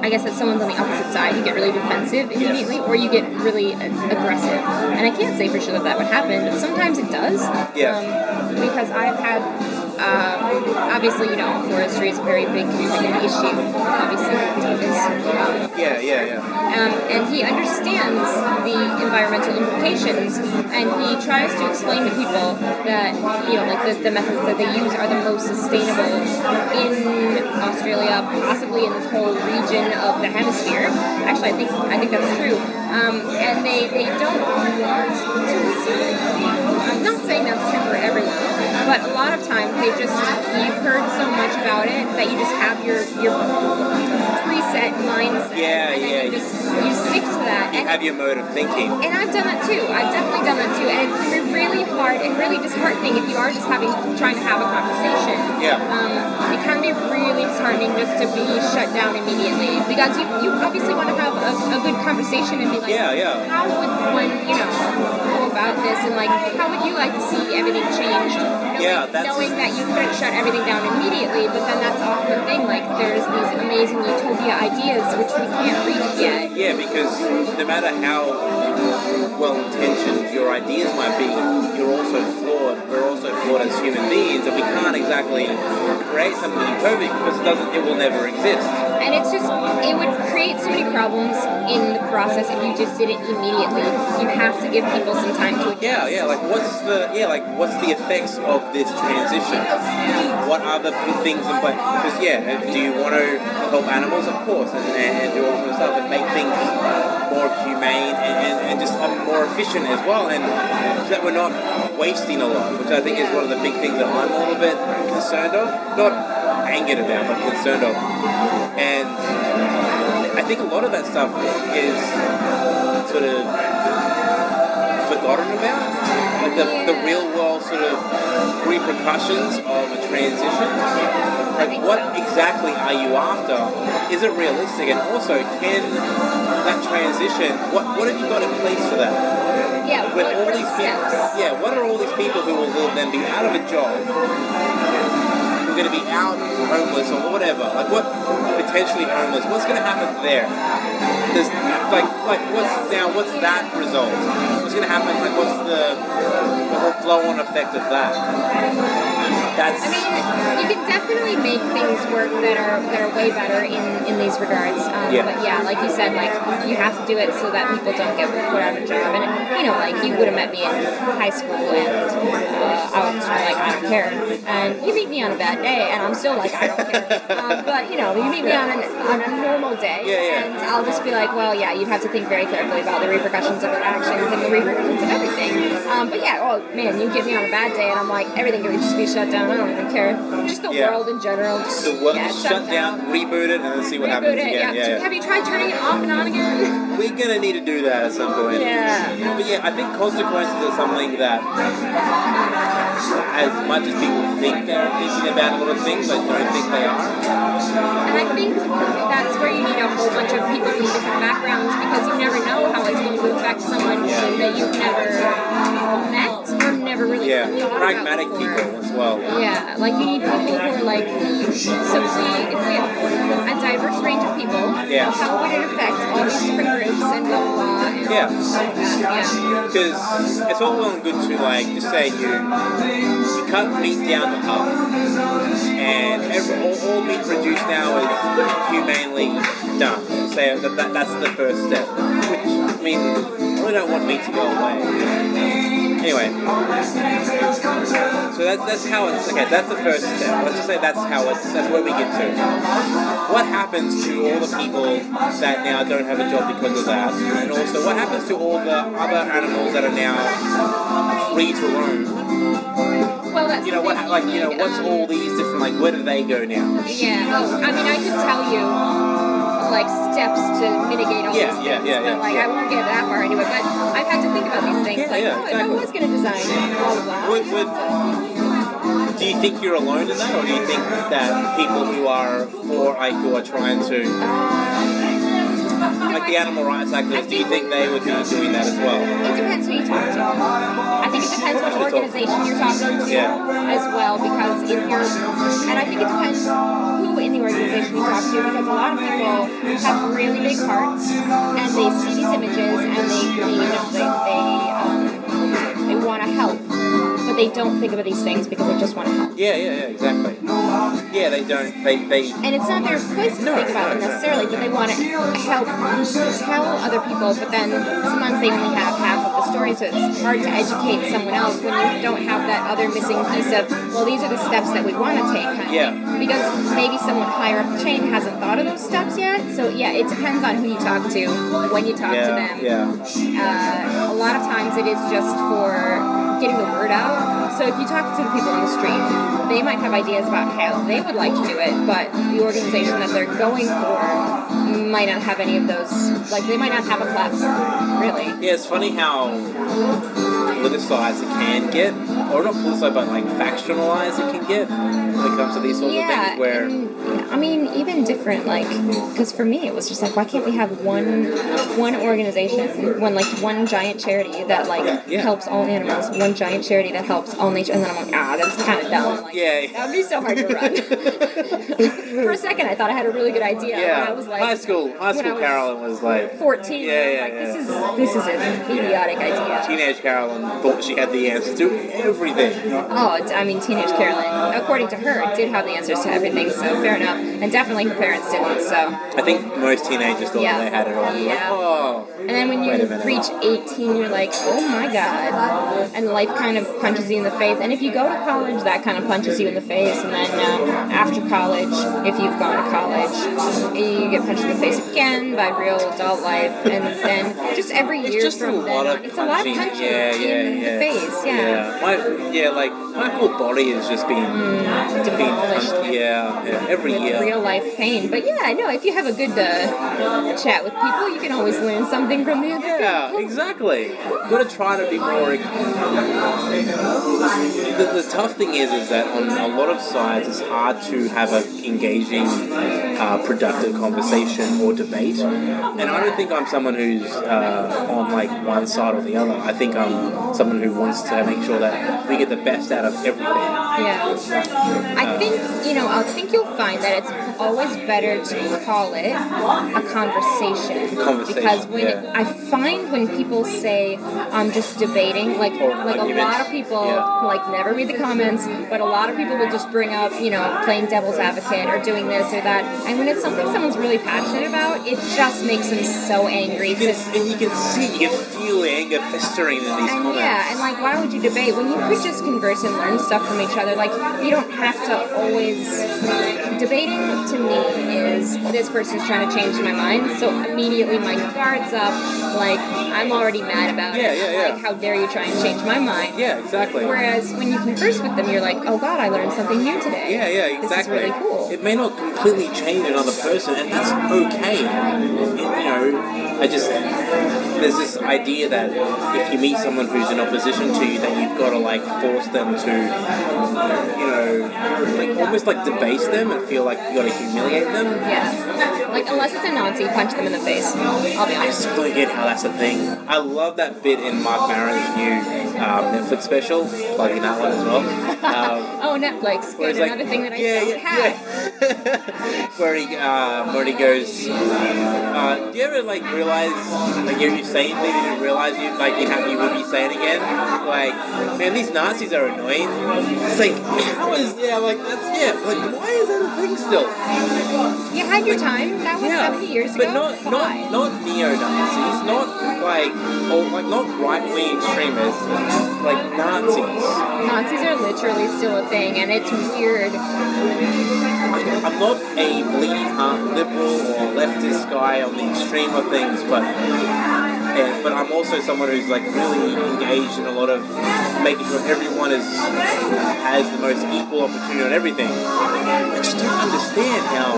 I guess that someone's on the opposite side, you get really defensive immediately, or you get really a- aggressive. And I can't say for sure that that would happen, but sometimes it does.
Yeah.
Um, because I've had, um, obviously, you know, forestry is a very big community issue. Obviously, Davis, um,
Yeah, yeah, yeah.
um, and he understands the environmental implications, and he tries to explain to people that you know, like the, the methods that they use are the most sustainable in Australia, possibly in this whole region of the hemisphere. Actually, I think I think that's true. Um, and they, they don't want to listen. I'm not saying that's true for everyone, but a lot of times they just you've heard so much about it that you just have your your preset mindset
Yeah,
and then
yeah.
you just you stick to that.
You
And,
have your mode of thinking.
and I've done that too. I've definitely done that too. And it's been really hard and really disheartening if you are just having trying to have a conversation.
Yeah.
Um, it can be really disheartening just to be shut down immediately because you, you obviously want to have a, a good conversation and be like,
Yeah, yeah.
how would one, you know, go about this and like, how would you like to see everything changed? Knowing,
Yeah, that's-
knowing that you couldn't shut everything down immediately, but then that's often the thing. Like, there's these amazing utopia ideas which we can't reach yet.
Yeah, because no matter how well intentioned your ideas might be, you're also flawed. We're also flawed as human beings, and we can't exactly create something utopic because it doesn't. It will never exist.
And it's just, it would create so many problems in the process if you just did it immediately. You have to give people some time to adjust.
Yeah, yeah. Like, what's the yeah? Like, what's the effects of this transition? What are the p- things in place? Because yeah, do you want to help animals? Of course, and, and do all sorts of stuff and make things more humane and, and, and just um, more efficient as well, and so that we're not wasting a lot, which I think is one of the big things that I'm a little bit concerned of, not angered about, but concerned of, and I think a lot of that stuff is sort of forgotten about. Like the, the real world sort of repercussions of a transition. Like what exactly are you after? Is it realistic? And also, can that transition? What what have you got in place for that?
Yeah,
With
what
all
are
these
the
people,
steps?
yeah. What are all these people who will then be out of a job? Who are going to be out homeless or whatever? Like what potentially homeless? What's going to happen there? There's like like what's now what's that result? What's gonna happen? Like what's the the flow on effect of that? That's
I mean, you can definitely make things work that are that are way better in, in these regards. Um,
Yeah.
But yeah, like you said, like you have to do it so that people don't get put out of a job. And you know, like you would have met me in high school, and uh, I was like, I don't care. And you meet me on a bad day, and I'm still like, I don't
[laughs]
care. um, but you know, you meet me on, an, on a normal day,
Yeah, yeah.
and I'll just be like, well, yeah, you'd have to think very carefully about the repercussions of your actions and the repercussions of everything. Um, but yeah, oh man, you get me on a bad day, and I'm like, everything could just be shut down. I don't even care. Just the
Yeah.
world in general. Just,
the world
yeah,
shut down, reboot it, and then see what
Reboot
happens.
it. Yeah.
again. yeah, yeah.
Have you tried turning it off and on again? [laughs]
We're gonna need to do that at some point.
Yeah.
But yeah, I think consequences are something that, as much as people think they're thinking about a lot of things, I don't think they are.
and I think that's where you need a whole bunch of people from different backgrounds because you never know how it's going to affect someone
Yeah.
that you've never met or never really
Yeah.
thought about
Pragmatic
before.
people as well.
Yeah, like you need people who are like, so if we, if we have a diverse range of people,
Yeah.
how would it affect all these different groups and blah blah blah? And
Yeah,
Yeah.
because it's all well and good to like just say you you cut meat down to half, and every, all, all meat produced now is humanely done. So that, that, that's the first step. Which I mean, I really don't want meat to go away. Anyway, so that's that's how it's okay. That's the first step. Let's just say that's how it's that's where we get to. What happens to all the people that now don't have a job because of that, and also what happens to all the other animals that are now free to roam?
Well, that's
You know
the
what?
thing,
Like you know, what's
um,
all these different? Like where do they go now?
Yeah. Oh, I mean, I could tell you like steps to mitigate all
Yeah,
these
yeah,
things,
yeah, yeah,
but like
yeah.
I won't get that far into it. But I've had to think about these things.
Yeah,
like,
yeah,
oh,
exactly.
if I was going to design all of that,
Would- would- Do you think you're alone in that, or do you think that people who are for like who are trying to
Um,
like the animal rights activists, do you think they would be doing that as well?
It depends who you talk to. I think it depends what organization you're talking to
Yeah.
as well, because if you're, and I think it depends who in the organization you talk to, because a lot of people have really big hearts and they see these images and they, they you know, they, they, um, they want to help, but they don't think about these things because they just want to help.
Yeah, yeah, yeah, exactly. Yeah, they don't. They they
And it's not their place to
No,
think about
no,
them
no.
necessarily, but they want to help tell other people. But then sometimes they only have half of the story, so it's hard to educate someone else when you don't have that other missing piece of, well, these are the steps that we want to take. Kind of
Yeah.
thing. Because maybe someone higher up the chain hasn't thought of those steps yet. So yeah, it depends on who you talk to, when you talk to
yeah
them
yeah
uh, a lot of times it is just for getting the word out. So if you talk to the people on the street, they might have ideas about how they would like to do it, but the organization that they're going for might not have any of those. Like they might not have a platform, really.
yeah. It's funny how politicized it can get, or not politicized, but like factionalized it can get when it comes to these sorts of
yeah,
things. Where
and, I mean, even different, like, because for me it was just like, why can't we have one one organization, one like one giant charity that like
yeah.
helps all animals, one giant charity that helps all nature, and then I'm like, ah, that's kind of dumb. Like,
[laughs] Yeah.
that would be so hard to
[laughs]
run. for a second, I thought I had a really good idea,
yeah,
and I was like,
high school, high
when
school
I was
Carolyn was like.
14.
Yeah,
and
yeah,
I was
yeah.
like, this is this is an idiotic idea.
Teenage Carolyn thought she had the answer to everything.
Oh, it's- I mean, teenage Carolyn, according to her, did have the answers to everything, so fair enough. And definitely her parents didn't, so.
I think most teenagers thought
Yeah.
they had it all. Like,
Yeah.
oh,
And then when you
Wait a minute.
reach 18, you're like, oh my god. And life kind of punches you in the face. And if you go to college, that kind of punches you in the face. And then uh, after college, if you've gone to college, you get punched in the face again by real adult life. And then just every year
it's just a
from
lot
then
of
on, it's a lot of punching
punching. Yeah, yeah,
in
yeah.
the face. Yeah.
yeah. My, yeah, like my whole body has just been, been
Mm, Demolished.
punched. Yeah, yeah, every
with
year.
real life pain. But yeah, no, if you have a good uh, chat with people, you can always learn something from the other
Yeah,
people.
exactly. You gotta try to be more. The, the tough thing is, is that on a lot of sides, it's hard to have an engaging, uh, productive conversation or debate. And I don't think I'm someone who's uh, on like one side or the other. I think I'm someone who wants to make sure that we get the best out of everything.
Yeah. I think, you know, I think you'll find that it's always better to call it a conversation.
Conversation,
Because when
yeah.
I find when people say, I'm just debating, like,
Or
like a
arguments,
lot of people,
yeah.
like, never read the comments, but a lot of people will just bring up, you know, playing devil's advocate or doing this or that. And when it's something someone's really passionate about, it just makes them so angry.
You
'cause-
can, and you can see, you can feel the anger festering in these
and
comments.
yeah, and like, why would you debate when you could just converse and learn stuff from each other? Like, you don't have to always debating. To me, is this person's trying to change my mind, so immediately my guard's up. Like, I'm already mad about
Yeah,
it.
yeah, yeah.
Like, how dare you try and change my mind?
yeah, exactly.
Whereas when you converse with them, you're like, oh god, I learned something new today.
Yeah, yeah, exactly.
This is really cool.
It may not completely change another person, and that's okay. You know, I just there's this idea that if you meet someone who's in opposition to you, that you've got to like force them to, you know, like almost like debase them and feel like you got to humiliate them.
Yeah. Like, unless it's a Nazi, punch them in the face. I'll be
I
honest.
just don't get how that's a thing. I love that bit in Mark Maron's new um, Netflix special, plugging that one as well. Um,
[laughs] Oh, Netflix.
where
Good.
he's like,
Another thing that I
yeah,
don't
yeah,
have.
yeah. [laughs] where he, uh, where he goes, uh, do you ever like realize like you're, you're saying things you didn't realize you like you have you would be saying again? Like, man, these Nazis are annoying. It's like how is yeah like that's yeah like why is that a thing still?
You had your time. That was
Yeah,
70 years
but
ago.
not not not neo Nazis, not like or like not right wing extremists, like Nazis.
Nazis are literally still a thing, and it's weird.
I'm not a bleeding heart liberal or leftist guy on the extreme of things, but and, but I'm also someone who's like really engaged in a lot of making sure everyone is has the most equal opportunity on everything. I just don't understand how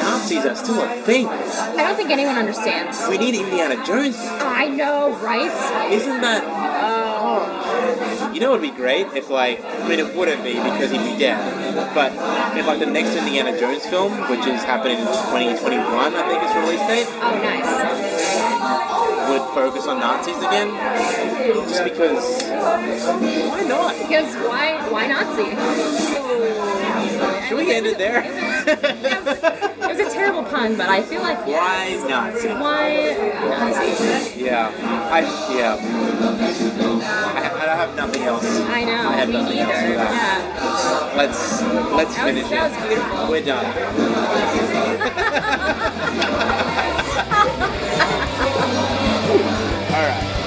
Nazis are still a thing.
I don't think anyone understands.
We need Indiana Jones.
I know, right?
Isn't that
Oh.
You know, it would be great if, like, I mean, it wouldn't be because he'd be dead. But if, like, the next Indiana Jones film, which is happening in 2021, I think its release date,
Oh, nice.
would focus on Nazis again, just because why not?
Because why? Why Nazi?
Should we end it there? [laughs]
It was a terrible pun, but I feel like
why Nazi?
why Nazi?
Yeah, I yeah. I, I don't have nothing else.
I know.
I have
me
nothing else
neither.
for that.
Yeah.
Let's let's
That was-
finish
that
it.
was beautiful.
We're done. [laughs] All right.